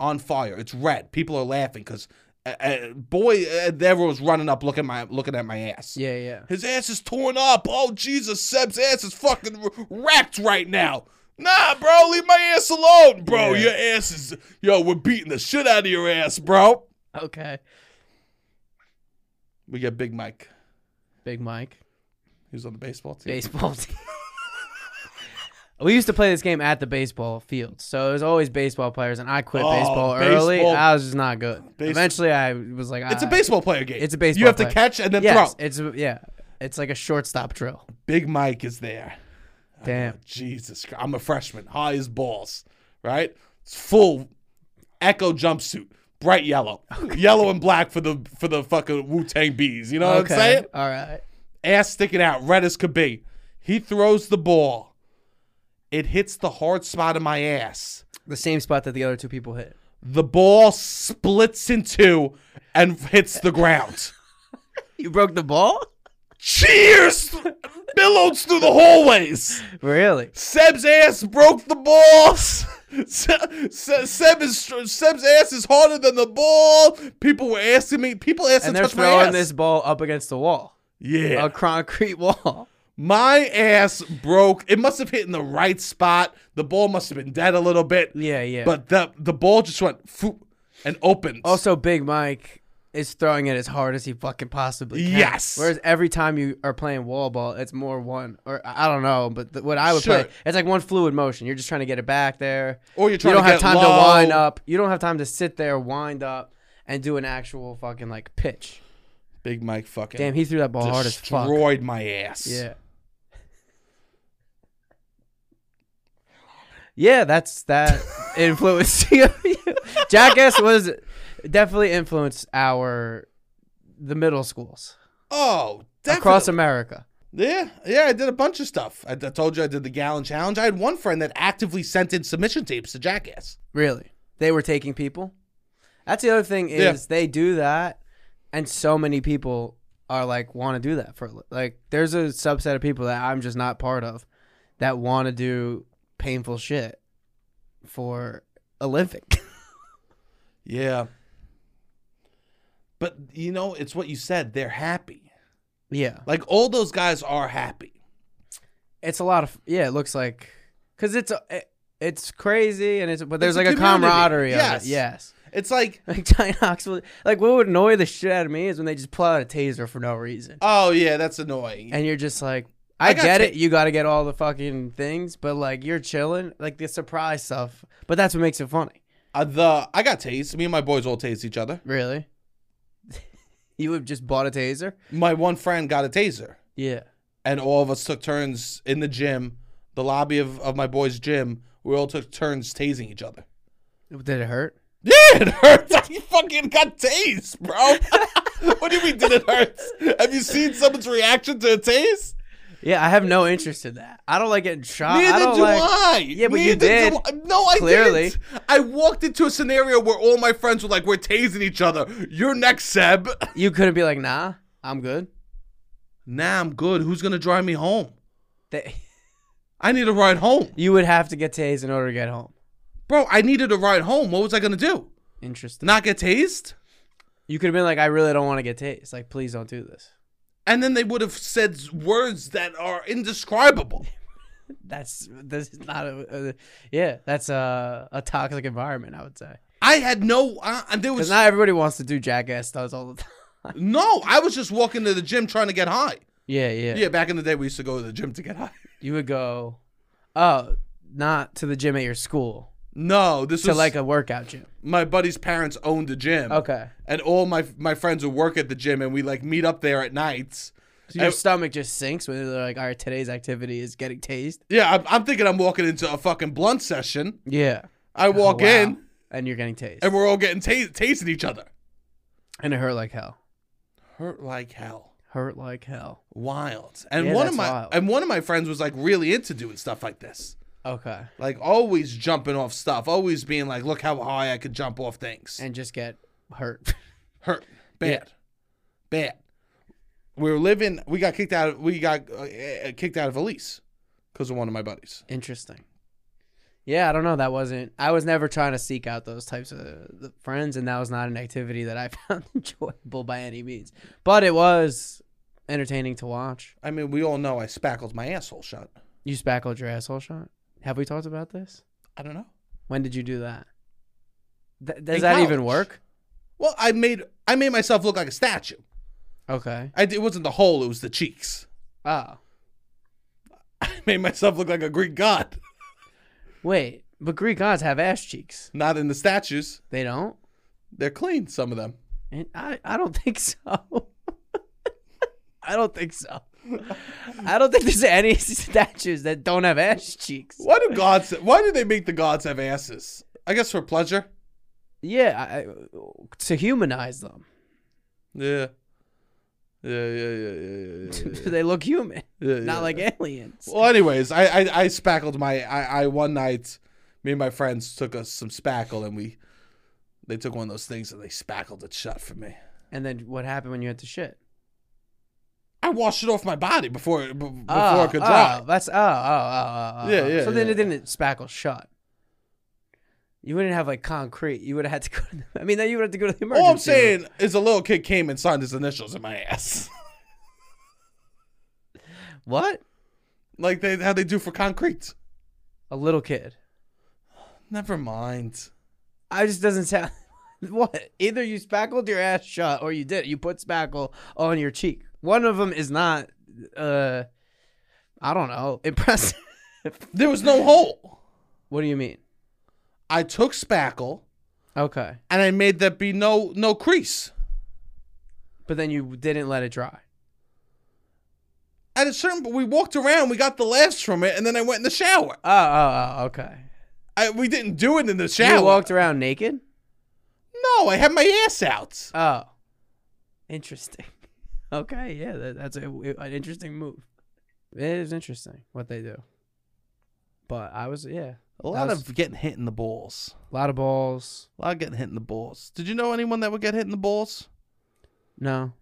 On fire. It's red. People are laughing because, uh, uh, boy, uh, everyone's running up looking my looking at my ass.
Yeah. Yeah.
His ass is torn up. Oh Jesus, Seb's ass is fucking r- wrapped right now. Nah, bro, leave my ass alone, bro.
Yeah.
Your ass is yo. We're beating the shit out of your ass, bro.
Okay.
We get Big Mike.
Big Mike.
He was on the baseball team.
baseball team. we used to play this game at the baseball field, so it was always baseball players, and I quit
Oh,
baseball early.
baseball-
I was just not good.
Base-
Eventually, I was like,
It's a
I-
baseball player game.
It's a baseball
You have
player.
to catch and then
Yes,
throw.
it's a- yeah, it's like a shortstop drill.
Big Mike is there.
Damn.
Jesus Christ. I'm a freshman, high as balls, right? It's full echo jumpsuit, bright yellow. Yellow and black for the for the fucking Wu Tang bees. You know what
okay.
I'm saying?
All right.
Ass sticking out, red as could be. He throws the ball. It hits the hard spot of my ass.
The same spot that the other two people hit.
The ball splits in two and hits the ground.
You broke the ball?
Cheers billows through the hallways.
Really?
Seb's ass broke the balls. Se- Se- Seb is str- Seb's ass is harder than the ball. People were asking me. People asked to
And they're
touch my ass.
throwing this ball up against the wall,
yeah,
a concrete wall.
my ass broke. It must have hit in the right spot. The ball must have been dead a little bit.
Yeah, Oh, yeah.
But the the ball just went foop and opened.
also, Big Mike is throwing it as hard as he fucking possibly can.
Yes.
Whereas every time you are playing wall ball, it's more one or I I don't know, but th- what I would
Sure.
play, it's like one fluid motion. You're just trying to get it back there.
Or you're trying
you don't
to
have
get
time
low.
to wind up. You don't have time to sit there, wind up, and do an actual fucking like pitch.
Big Mike fucking
Damn, he threw that ball hard as fuck.
destroyed my ass.
Yeah. Yeah, that's that influenced Jackass was definitely influenced our the middle schools
Oh, definitely.
across America.
Yeah, yeah, I did a bunch of stuff. I, I told you I did the gallon challenge. I had one friend that actively sent in submission tapes to Jackass.
Really. They were taking people. That's the other thing is
Yeah.
they do that and so many people are like want to do that for like there's a subset of people that I'm just not part of that want to do painful shit for a living.
Yeah. But you know, it's what you said. They're happy.
yeah.
Like all those guys are happy.
it's a lot of yeah. It looks like because it's a, it, it's crazy and it's but there's
a
like a
community.
camaraderie.
Yes.
Of it. Yes.
It's like,
Like Johnny Knoxville. Like what would annoy the shit out of me is when they just pull out a taser for no reason,
oh yeah, that's annoying.
and you're just like, I,
got
get
ta-
it. You got to get all the fucking things, but like you're chilling, like the surprise stuff. But that's what makes it funny,
Uh, the I got tased. Me and my boys all tased each other.
really. you have just bought a taser.
My one friend got a taser,
Yeah.
and all of us took turns in the gym, the lobby of, of my boy's gym. We all took turns tasing each other.
Did it hurt?
Yeah, it hurts. I fucking got tased, bro. what do you mean? Did it hurt? Have you seen someone's reaction to a tase?
Yeah, I have no interest in that. I don't like getting shot. I
Neither
don't
do
like-
I.
Yeah, but you
Neither
did.
do I. No, I
Clearly.
didn't. I walked into a scenario where all my friends were like, "We're tasing each other. You're next, Seb."
You couldn't be like, nah, I'm good.
Nah, I'm good. Who's gonna drive me home?
They-
I need a ride home.
You would have to get tased in order to get home.
Bro, I needed a ride home. What was I gonna do?
Interesting.
Not get tased?
You could have been like, I really don't want to get tased. Like, please don't do this.
And then they would have said words that are indescribable.
That's that's not a, a yeah. That's a a toxic environment, I would say.
I had no. Uh, and there was
Because not everybody wants to do jackass stunts all the time.
no. I was just walking to the gym trying to get high.
Yeah, yeah,
Yeah, back in the day, we used to go to the gym to get high.
You would go, oh, not to the gym at your school,
No, this
to
was
like a workout gym.
my buddy's parents owned the gym.
Okay.
and all my my friends would work at the gym, and we like meet up there at nights.
So your
And-
stomach just sinks when they're like, all right, today's activity is getting tased.
Yeah, I'm, I'm thinking I'm walking into a fucking blunt session.
Yeah.
I walk
Oh, Wow.
in,
And you're getting tased.
and we're all getting tas tasting each other.
And it hurt like hell.
Hurt like hell.
Hurt like hell.
wild. And
Yeah,
one of
that's
my
wild.
and one of my friends was like really into doing stuff like this.
Okay.
Like always jumping off stuff, always being like, "Look how high I could jump off things."
And just get hurt.
Hurt bad,
Yeah.
bad. We were living. We got kicked out. Of, we got uh, eh, kicked out of a lease because of one of my buddies.
Interesting. Yeah, I don't know. That wasn't. I was never trying to seek out those types of the friends, and that was not an activity that I found enjoyable by any means. But it was entertaining to watch.
I mean, we all know I spackled my asshole shut.
You spackled your asshole shot. Have we talked about this?
I don't know.
When did you do that? Th- does
In
that even
college.
work?
Well, I made I made myself look like a statue.
Okay.
I, it wasn't the hole; it was the cheeks.
Oh,
I made myself look like a Greek god.
wait. But Greek gods have ass cheeks.
Not in the statues;
They don't.
they're clean. Some of them.
And I, I don't think so. I don't think so. I don't think there's any statues that don't have ass cheeks.
Why do gods? Why do they make the gods have asses? I guess for pleasure.
Yeah, I, to humanize them,
Yeah. Yeah, yeah, yeah, yeah, yeah, yeah,
they look human,
yeah, yeah.
not like aliens.
Well, anyways, I, I I spackled my I I one night, me and my friends took us some spackle and we, they took one of those things and they spackled it shut for me.
And then what happened when you had to shit?
I washed it off my body before b- before
oh,
it could
oh,
dry.
That's oh, oh, oh, oh, oh.
Yeah,
oh.
yeah,
So then
yeah.
it didn't spackle shut. You wouldn't have like concrete. You would have had to go. To the, I mean, then you would have to go to the emergency.
All I'm
room.
saying is a little kid came and signed his initials in my ass,
what?
like they how they do for concrete.
A little kid.
Never mind.
I just doesn't sound. What? Either you spackled your ass shut or you did. You put spackle on your cheek. One of them is not, uh, I don't know, impressive.
There was no hole.
what do you mean?
I took spackle
Okay.
and I made there be no no crease.
But then you didn't let it dry.
At a certain, but we walked around, we got the laughs from it, and then I went in the shower.
Oh, oh, oh okay.
I, we didn't do it in the shower.
You walked around naked?
no, I had my ass out.
Oh. Interesting. Okay, yeah, that, that's a, an interesting move. It is interesting what they do. But I was, yeah.
A lot of getting hit in the balls.
A lot of balls.
A lot of getting hit in the balls. Did you know anyone that would get hit in the balls?
No.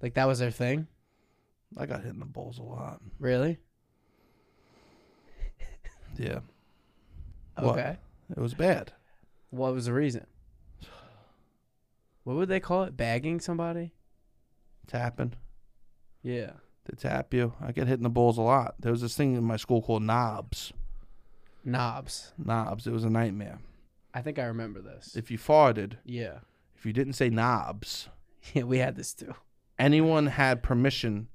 Like that was their thing?
I got hit in the balls a lot.
Really?
Yeah, What?
Okay.
it was bad.
What, was the reason? What would they call it? Bagging somebody?
Tapping.
Yeah.
They tap you. I get hit in the balls a lot. There was this thing in my school called knobs.
Knobs.
Knobs. It was a nightmare.
I think I remember this.
If you farted,
yeah.
if you didn't say knobs,
Yeah, we had this too.
anyone had permission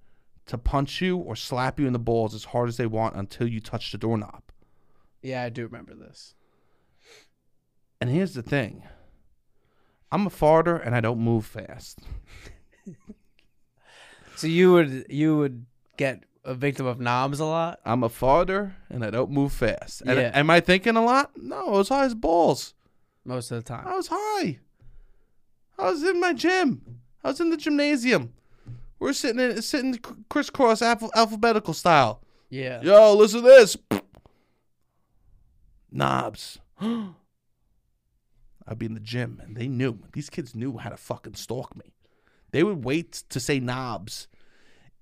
to punch you or slap you in the balls as hard as they want until you touch the doorknob.
Yeah, I do remember this.
And here's the thing I'm a farter and I don't move fast.
So you would you would get a victim of knobs a lot?
I'm a farter and I don't move fast. And
Yeah.
am I thinking a lot? No, I was high as balls.
Most of the time.
I was high. I was in my gym. I was in the gymnasium. We're sitting in, sitting cr- crisscross alph- alphabetical style.
Yeah.
Yo, listen to this. Knobs. I'd be in the gym, and they knew. These kids knew how to fucking stalk me. They would wait to say knobs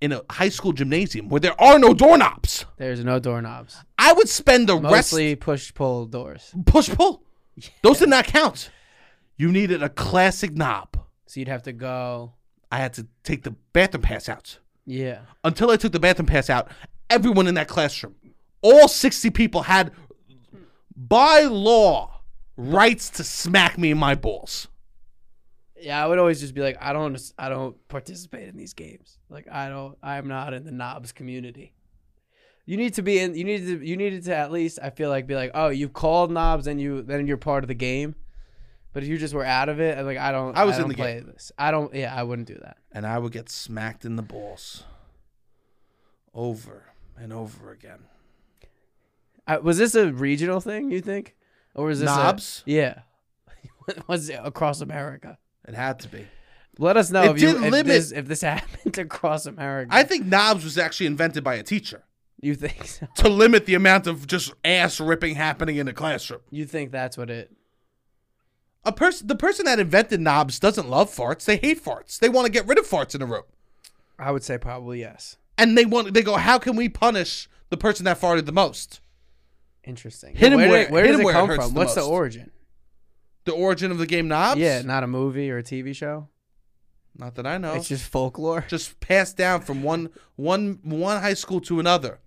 in a high school gymnasium where there are no doorknobs.
There's no doorknobs.
I would spend the
Mostly push pull doors.
rest push pull. Those did not count. You needed a classic knob.
So you'd have to go.
I had to take the bathroom pass out.
Yeah.
Until I took the bathroom pass out, everyone in that classroom, all 60 people had, by law, rights to smack me in my balls.
Yeah, I would always just be like, I don't, I don't participate in these games. Like, I don't, I'm not in the knobs community. You need to be in. You need to. You needed to at least. I feel like be like, oh, you called knobs and you then you're part of the game. But if you just were out of it, I'm like I don't.
I was in
don't
the
play
game.
This. I don't. Yeah, I wouldn't do that.
And I would get smacked in the balls over and over again.
I, was this a regional thing? You think, or was this a-
Knobs?
yeah. was it across America?
It had to be.
Let us know
It
if you
did
if
limit-
this, if this happened across America.
I think knobs was actually invented by a teacher
you think so?
to limit the amount of just ass ripping happening in the classroom.
You think that's what it?
A person, the person that invented knobs doesn't love farts. They hate farts. They want to get rid of farts in a room.
I would say probably yes.
and they want they go, how can we punish the person that farted the most?
Interesting.
Hit him
where,
where-
did- where
hit
does
him
it
where it
come
hurts
from?
the
What's the
most.
origin?
The origin of the game knobs?
Yeah, not a movie or a TV show.
not that I know.
It's
just,
just folklore.
passed down from one one one high school to another,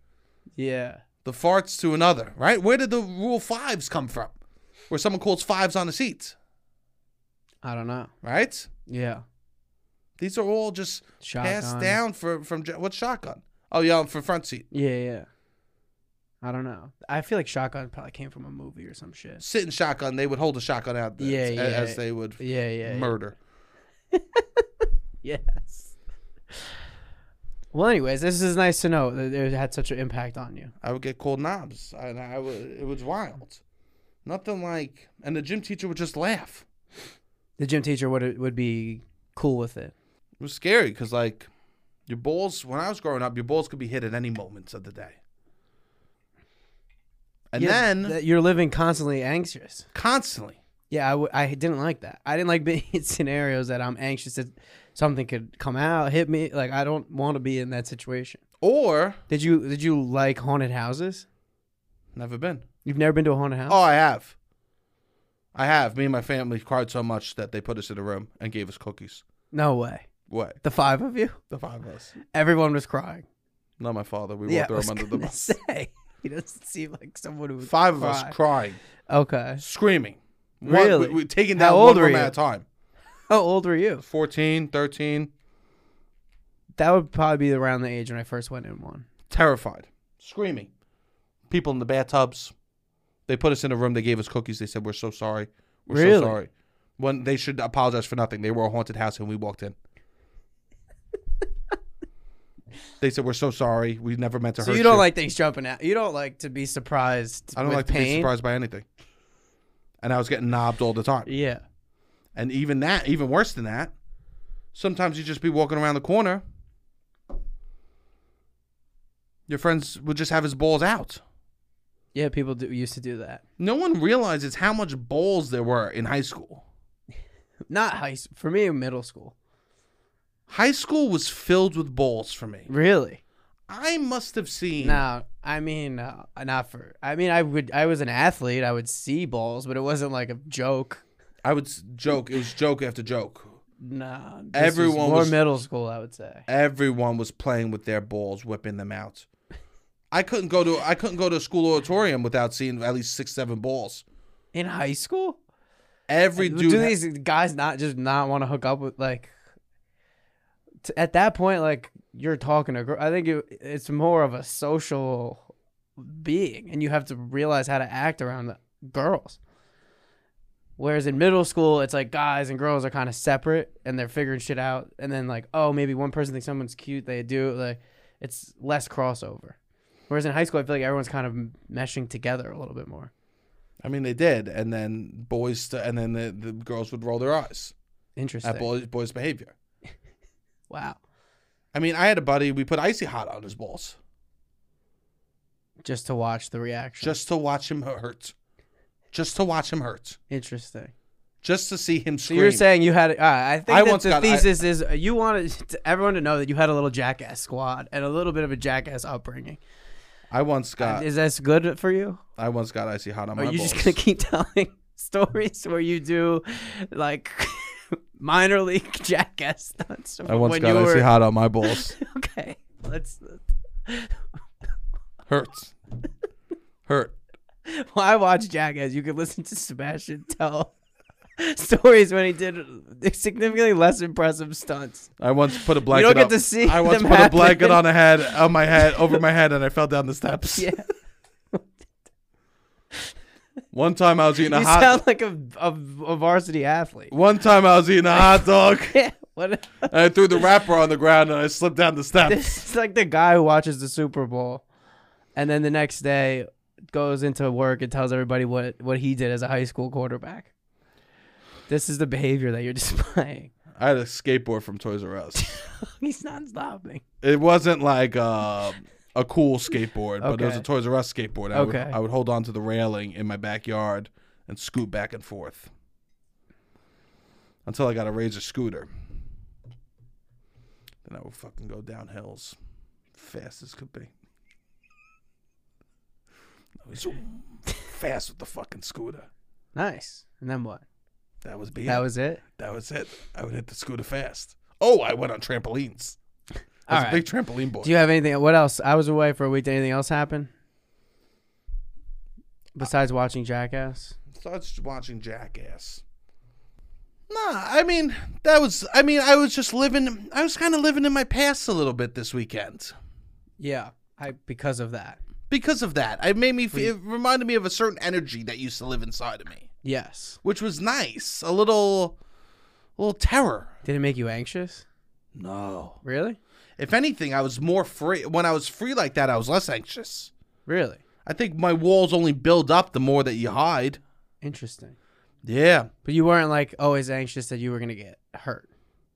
Yeah.
the farts to another, right? Where did the rule fives come from? Where someone calls fives on the seat,
I don't know.
right?
Yeah.
These are all just passed
Shotgun.
down for from ge- what's shotgun? Oh yeah, for front seat,
Yeah, yeah. I don't know. I feel like Shotgun probably came from a movie or some shit.
sitting shotgun. They would hold the shotgun out there
Yeah,
as,
yeah.
as they would
Yeah, yeah. yeah.
murder.
Yes. Well, anyways, this is nice to know that it had such an impact on you.
I would get cold knobs, and I would, it was wild. Nothing like, and the gym teacher would just laugh.
The gym teacher would would be cool with it.
It was scary because like your balls. When I was growing up, your balls could be hit at any moment of the day. And
Yeah,
then
that you're living constantly anxious.
constantly,
Yeah, I, w- I didn't like that. I didn't like being in scenarios that I'm anxious that something could come out, hit me. Like I don't want to be in that situation.
or
Did you did you like haunted houses?
never been.
You've never been to a haunted house?
Oh, I have. I have. Me and my family cried so much that they put us in a room and gave us cookies.
No way.
What?
The five of you,
The five of us.
everyone was crying.
Not my father. We
yeah,
won't
I
throw
was
him under the
gonna
bus.
say he doesn't seem like someone who would
Five of
cry.
us crying,
Okay.
screaming. One-
Really?
we, we taking
How
down
old
one
were
room
you?
at a time.
How old were you?
14, 13,
That would probably be around the age when I first went in one.
terrified, screaming. People in the bathtubs. They put us in a room. They gave us cookies. They said, "We're so sorry. We're
Really?
so sorry." When they should apologize for nothing. They were a haunted house, and we walked in. they said, "We're so sorry. We never meant to
So
hurt
you
you."
don't like things jumping out. You don't like to be surprised.
I don't
with
like to be
pain?
surprised by anything. And I was getting knobbed all the time.
Yeah.
And even that, even worse than that, sometimes you just be walking around the corner. Your friends would just have his balls out.
Yeah, people do used to do that.
No one realizes how much balls there were in high school.
Not high s- for me in middle school.
High school was filled with balls for me.
Really?
I must have seen.
No, I mean uh, not for. I mean I would I was an athlete. I would see balls, but it wasn't like a joke.
I would s- joke. It was joke after joke.
No. this
Everyone
was more
was-
middle school, I would say.
Everyone was playing with their balls, whipping them out. I couldn't go to I couldn't go to a school auditorium without seeing at least six, seven balls.
In high school?
Every
do
dude ha-
these guys not just not want to hook up with like t- at that point like you're talking to a girl i think it, it's more of a social being and you have to realize how to act around the girls whereas in middle school it's like guys and girls are kind of separate and they're figuring shit out and then like oh maybe one person thinks someone's cute they do it, like it's less crossover whereas in high school i feel like everyone's kind of meshing together a little bit more
I mean, they did, and then boys, st- and then the, the girls would roll their eyes
interesting
at boys, boys' behavior.
wow
I mean, I had a buddy. We put icy hot on his balls
just to watch the reaction
just to watch him hurt, just to watch him hurt,
Interesting.
just to see him
So
scream.
you're saying you had? Uh, I think
I
that
once
the
got- I-
thesis is uh, you wanted to- everyone to know that you had a little jackass squad and a little bit of a jackass upbringing.
I once got,
is this good for you?
I once got icy hot on
Or
Uh, my
are Oh, you
balls.
just gonna keep telling stories where you do like minor league jackass stunts?
I once
when
got
you
icy
were-
hot on my balls.
Okay, let's.
Hurts, hurt.
Well, I watch Jackass. You can listen to Sebastian tell stories when he did significantly less impressive stunts.
I once put a blanket.
don't get
on-
to see
I once
them
put a blanket
happen.
on a head on my head over my head, and I fell down the steps.
Yeah.
One time I was eating a
you
hot.
sound like a, a, a varsity athlete.
one time I was eating a hot dog.
Yeah, what?
And I threw the wrapper on the ground and I slipped down the steps.
This is like the guy who watches the Super Bowl, and then the next day goes into work and tells everybody what what he did as a high school quarterback. This is the behavior that you're displaying.
I had a skateboard from Toys R Us.
He's not stopping.
It wasn't like uh, a cool skateboard, but it was a
Okay.
Toys R Us skateboard. I,
Okay.
would, I would hold on to the railing in my backyard and scoot back and forth until I got a Razor scooter. Then I would fucking go down hills fast as could be. I was fast with the fucking scooter.
Nice. And then what?
That was being
That was it.
That was it. I would hit the scooter fast. Oh, I went on trampolines. I was
All
a big trampoline boy.
Do you have anything? What else? I was away for a week. Did anything else happen? Uh, Besides watching Jackass,
Starts watching Jackass. Nah, I mean that was. I mean, I was just living. I was kind of living in my past a little bit this weekend
yeah, I because of that,
because of that. It made me. Feel, it reminded me of a certain energy that used to live inside of me,
yes.
which was nice. A little, a little terror.
Did it make you anxious?
No.
Really?
If anything, I was more free. When I was free like that, I was less anxious.
Really?
I think my walls only build up the more that you hide.
Interesting.
Yeah.
But you weren't like always anxious that you were gonna get hurt.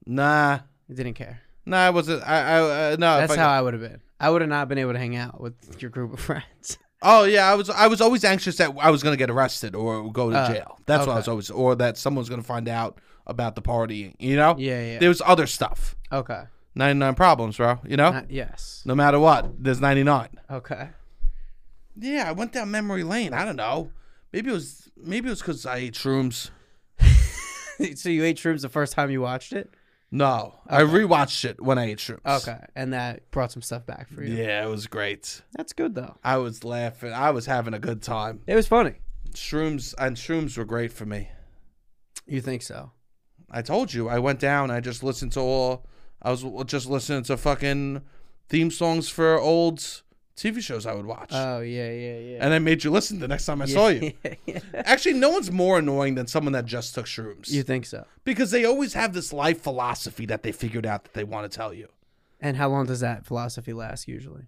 Nah.
You didn't care.
Nah, I wasn't. I, I uh, no. if
That's
I-
how I would have been. I would have not been able to hang out with your group of friends.
Oh yeah, I was. I was always anxious that I was gonna get arrested or go to
Oh,
jail. That's what I
okay.
was always, or that someone's gonna find out about the party. You know.
Yeah, yeah.
There was other stuff.
Okay.
Ninety nine problems, bro. You know.
Not, yes.
no matter what, there's ninety nine.
Okay.
Yeah, I went down memory lane. I don't know. Maybe it was. Maybe it was because I ate shrooms.
so you ate shrooms the first time you watched it.
No, I rewatched it when I ate shrooms.
Okay, and that brought some stuff back for you.
Yeah, it was great.
That's good though.
I was laughing. I was having a good time.
It was funny.
Shrooms and shrooms were great for me.
You think so?
I told you I went down. I just listened to all. I was just listening to fucking theme songs for old TV shows I would watch,
Oh yeah, yeah, yeah.
and I made you listen the next time I saw you. Actually, no one's more annoying than someone that just took shrooms
you think so?
because they always have this life philosophy that they figured out that they want to tell you.
And how long does that philosophy last usually?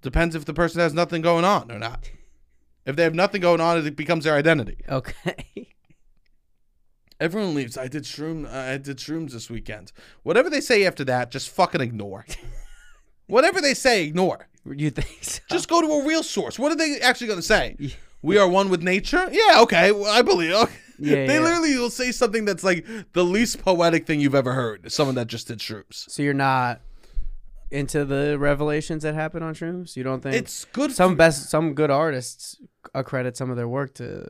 Depends if the person has nothing going on or not. If they have nothing going on, it becomes their identity.
Okay.
Everyone leaves. I did shroom. I did shrooms this weekend. Whatever they say after that, just fucking ignore. Whatever they say, ignore.
you think so?
Just go to a real source. What are they actually going to say? We are one with nature. Yeah, okay. Well, I believe. Okay.
Yeah,
they
yeah.
literally will say something that's like the least poetic thing you've ever heard. Someone that just did shrooms.
So you're not into the revelations that happen on shrooms? You don't think
It's good.
some
Some.
best some good artists accredit some of their work to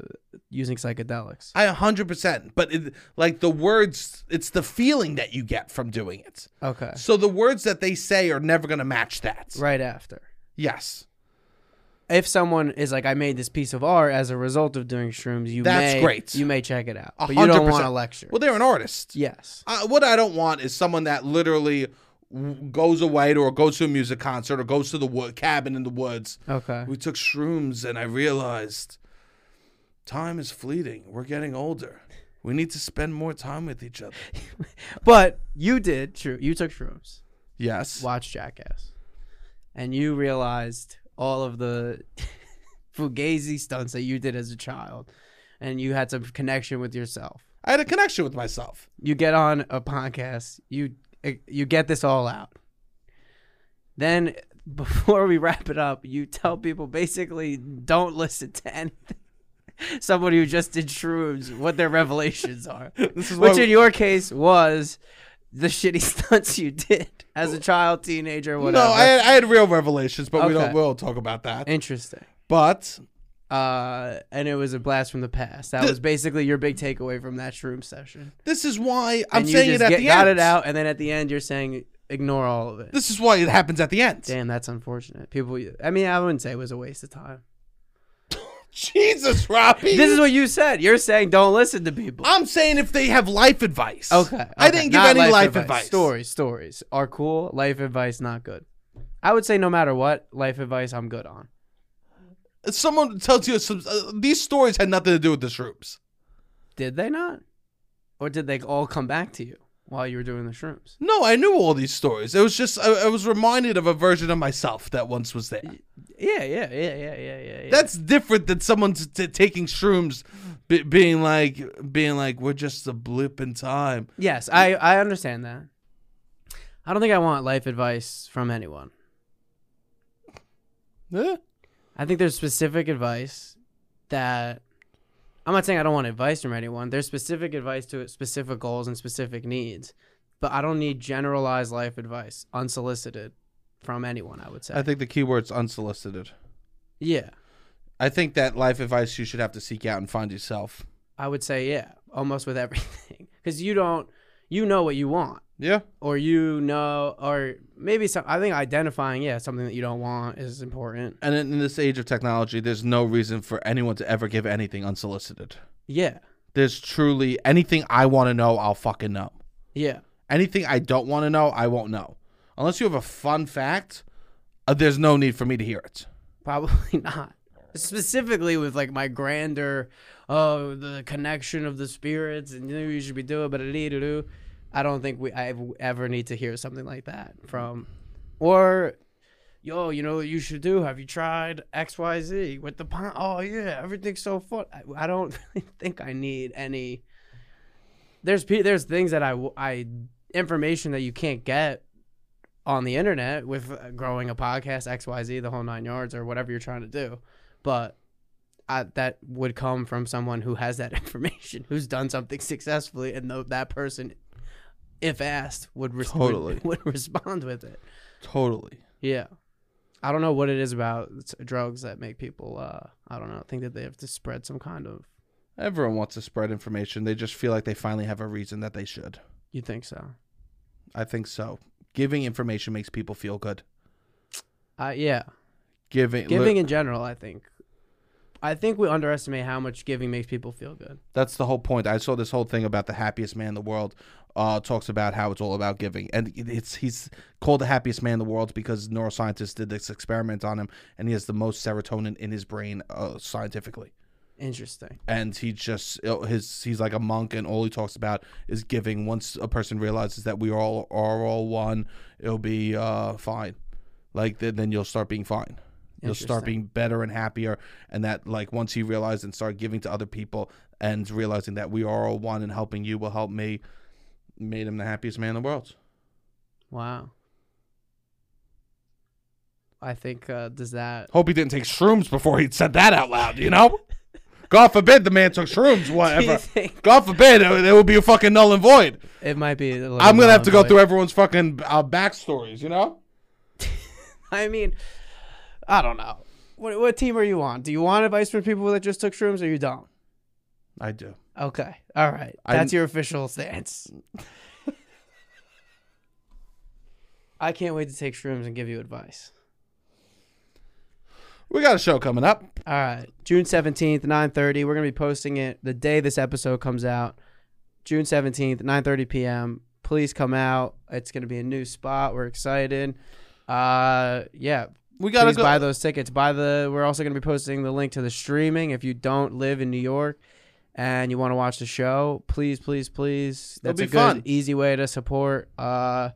using psychedelics?
I 100%. But it, like the words, it's the feeling that you get from doing it.
Okay.
So the words that they say are never going to match that.
Right after.
Yes.
If someone is like, I made this piece of art as a result of doing shrooms, you
That's
may
great.
you may check it out.
A
But you don't
100%.
want to lecture.
Well, they're an artist.
yes.
Uh, what I don't want is someone that literally w- goes away to, or goes to a music concert or goes to the wood cabin in the woods.
Okay.
We took shrooms and I realized time is fleeting. We're getting older. We need to spend more time with each other.
But you did true you took shrooms.
Yes.
watch Jackass, and you realized all of the fugazi stunts that you did as a child, and you had some connection with yourself.
I had a connection with myself.
You get on a podcast, you eh, you get this all out. Then before we wrap it up, you tell people basically don't listen to anything. Somebody who just did shrooms, what their revelations are,
This is
which
why-
in your case was the shitty stunts you did as a child, teenager, whatever.
no, I had, I had real revelations, but we don't.
Okay.
We'll talk about that.
Interesting.
But
Uh, and it was a blast from the past. That was basically your big takeaway from that shroom session.
this is why I'm
and you
saying
just
it at
get-
the
got
end.
it out, and then at the end you're saying ignore all of it.
This is why it happens at the end.
Damn, that's unfortunate. People, I mean, I wouldn't say it was a waste of time.
Jesus, Robbie.
This is what you said. You're saying don't listen to people.
I'm saying if they have life advice.
Okay,
I
okay,
didn't give
not
any life, advice.
Stories, stories are cool. Life advice not good. I would say no matter what, life advice I'm good on.
Someone tells you some, uh, these stories had nothing to do with the shrooms.
Did they not, or did they all come back to you while you were doing the shrooms?
No, I knew all these stories. It was just I, I was reminded of a version of myself that once was there.
Yeah, yeah, yeah, yeah, yeah, yeah. yeah.
That's different than someone t- t- taking shrooms, b- being like, being like, we're just a blip in time.
Yes, I, I understand that. I don't think I want life advice from anyone.
Eh,
I think there's specific advice that I'm not saying I don't want advice from anyone. There's specific advice to specific goals and specific needs, but I don't need generalized life advice unsolicited from anyone, I would say.
I think the key word's unsolicited.
yeah.
I think that life advice you should have to seek out and find yourself.
I would say yeah, almost with everything cuz you don't you know what you want
Yeah,
or you know or maybe some I think identifying yeah, something that you don't want is important.
and in in this age of technology, there's no reason for anyone to ever give anything unsolicited.
Yeah.
there's truly anything I want to know, I'll fucking know.
Yeah.
Anything I don't want to know, I won't know. Unless you have a fun fact, uh, there's no need for me to hear it.
Probably not. Specifically with like my grander, oh, the connection of the spirits and you, know, you should be doing, but I don't think we I ever need to hear something like that from, or, yo, you know what you should do? Have you tried X Y Z with the pond? Oh yeah, everything's so fun. I, I don't really think I need any. There's pe- there's things that I w- I information that you can't get on the internet with uh, growing a podcast xyz the whole nine yards or whatever you're trying to do but I, that would come from someone who has that information who's done something successfully and tho- that person if asked would, res- would-
Totally.
would respond with it
Totally.
yeah i don't know what it is about s- drugs that make people uh i don't know think that they have to spread some kind of
Everyone wants to spread information. They just feel like they finally have a reason that they should.
you think so
I think so. Giving information makes people feel good.
uh yeah
Giving,
giving in general i think I think we underestimate how much giving makes people feel good.
That's the whole point. I saw this whole thing about the happiest man in the world. Uh, talks about how it's all about giving, and it- it's he's called the happiest man in the world because neuroscientists did this experiment on him, and he has the most serotonin in his brain uh, scientifically.
Interesting.
And he just uh, his he's like a monk, and all he talks about is giving. Once a person realizes that we all are all one, it'll be uh, fine. Like th- then you'll start being fine. You'll start
Interesting.
being better and happier, and that like once he realized and started giving to other people, and realizing that we are all one, and helping you will help me, made him the happiest man in the world.
Wow. I think uh, does that
Hope he didn't take shrooms before he said that out loud. You know, God forbid the man took shrooms.
Do you
Whatever.
think-
God forbid it would- it would be a fucking null and void.
it might be. a little
I'm gonna have to go
melancholy.
through everyone's fucking uh, backstories, you know?
I mean, I don't know. What what team are you on? Do you want advice for people that just took shrooms, or you don't?
I do.
Okay, all right.
I'm-
That's your official stance. I can't wait to take shrooms and give you advice.
We got a show coming up.
All right, June seventeenth, nine thirty. We're gonna be posting it the day this episode comes out, June seventeenth, nine thirty p.m. Please come out. It's gonna be a new spot. We're excited. Uh, yeah.
We gotta
Please
go.
buy those tickets. Buy the. We're also gonna be posting the link to the streaming. If you don't live in New York and you want to watch the show, please, please, please. That's
be
a good,
fun.
easy way to support. Uh,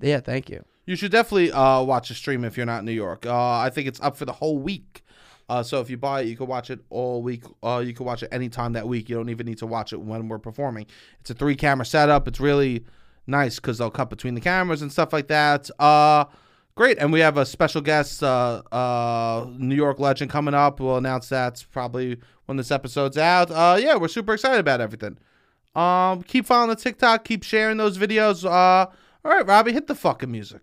yeah. Thank you.
you should definitely uh, watch the stream if you're not in New York. Uh, I think it's up for the whole week. Uh, so if you buy it, you can watch it all week. Uh, you can watch it any time that week. You don't even need to watch it when we're performing. It's a three camera setup. It's really nice because they'll cut between the cameras and stuff like that. Uh, great. And we have a special guest, uh, uh, New York legend, coming up. We'll announce that probably when this episode's out. Uh, yeah, we're super excited about everything. Um, keep following the TikTok. Keep sharing those videos. Uh, all right, Robbie, hit the fucking music.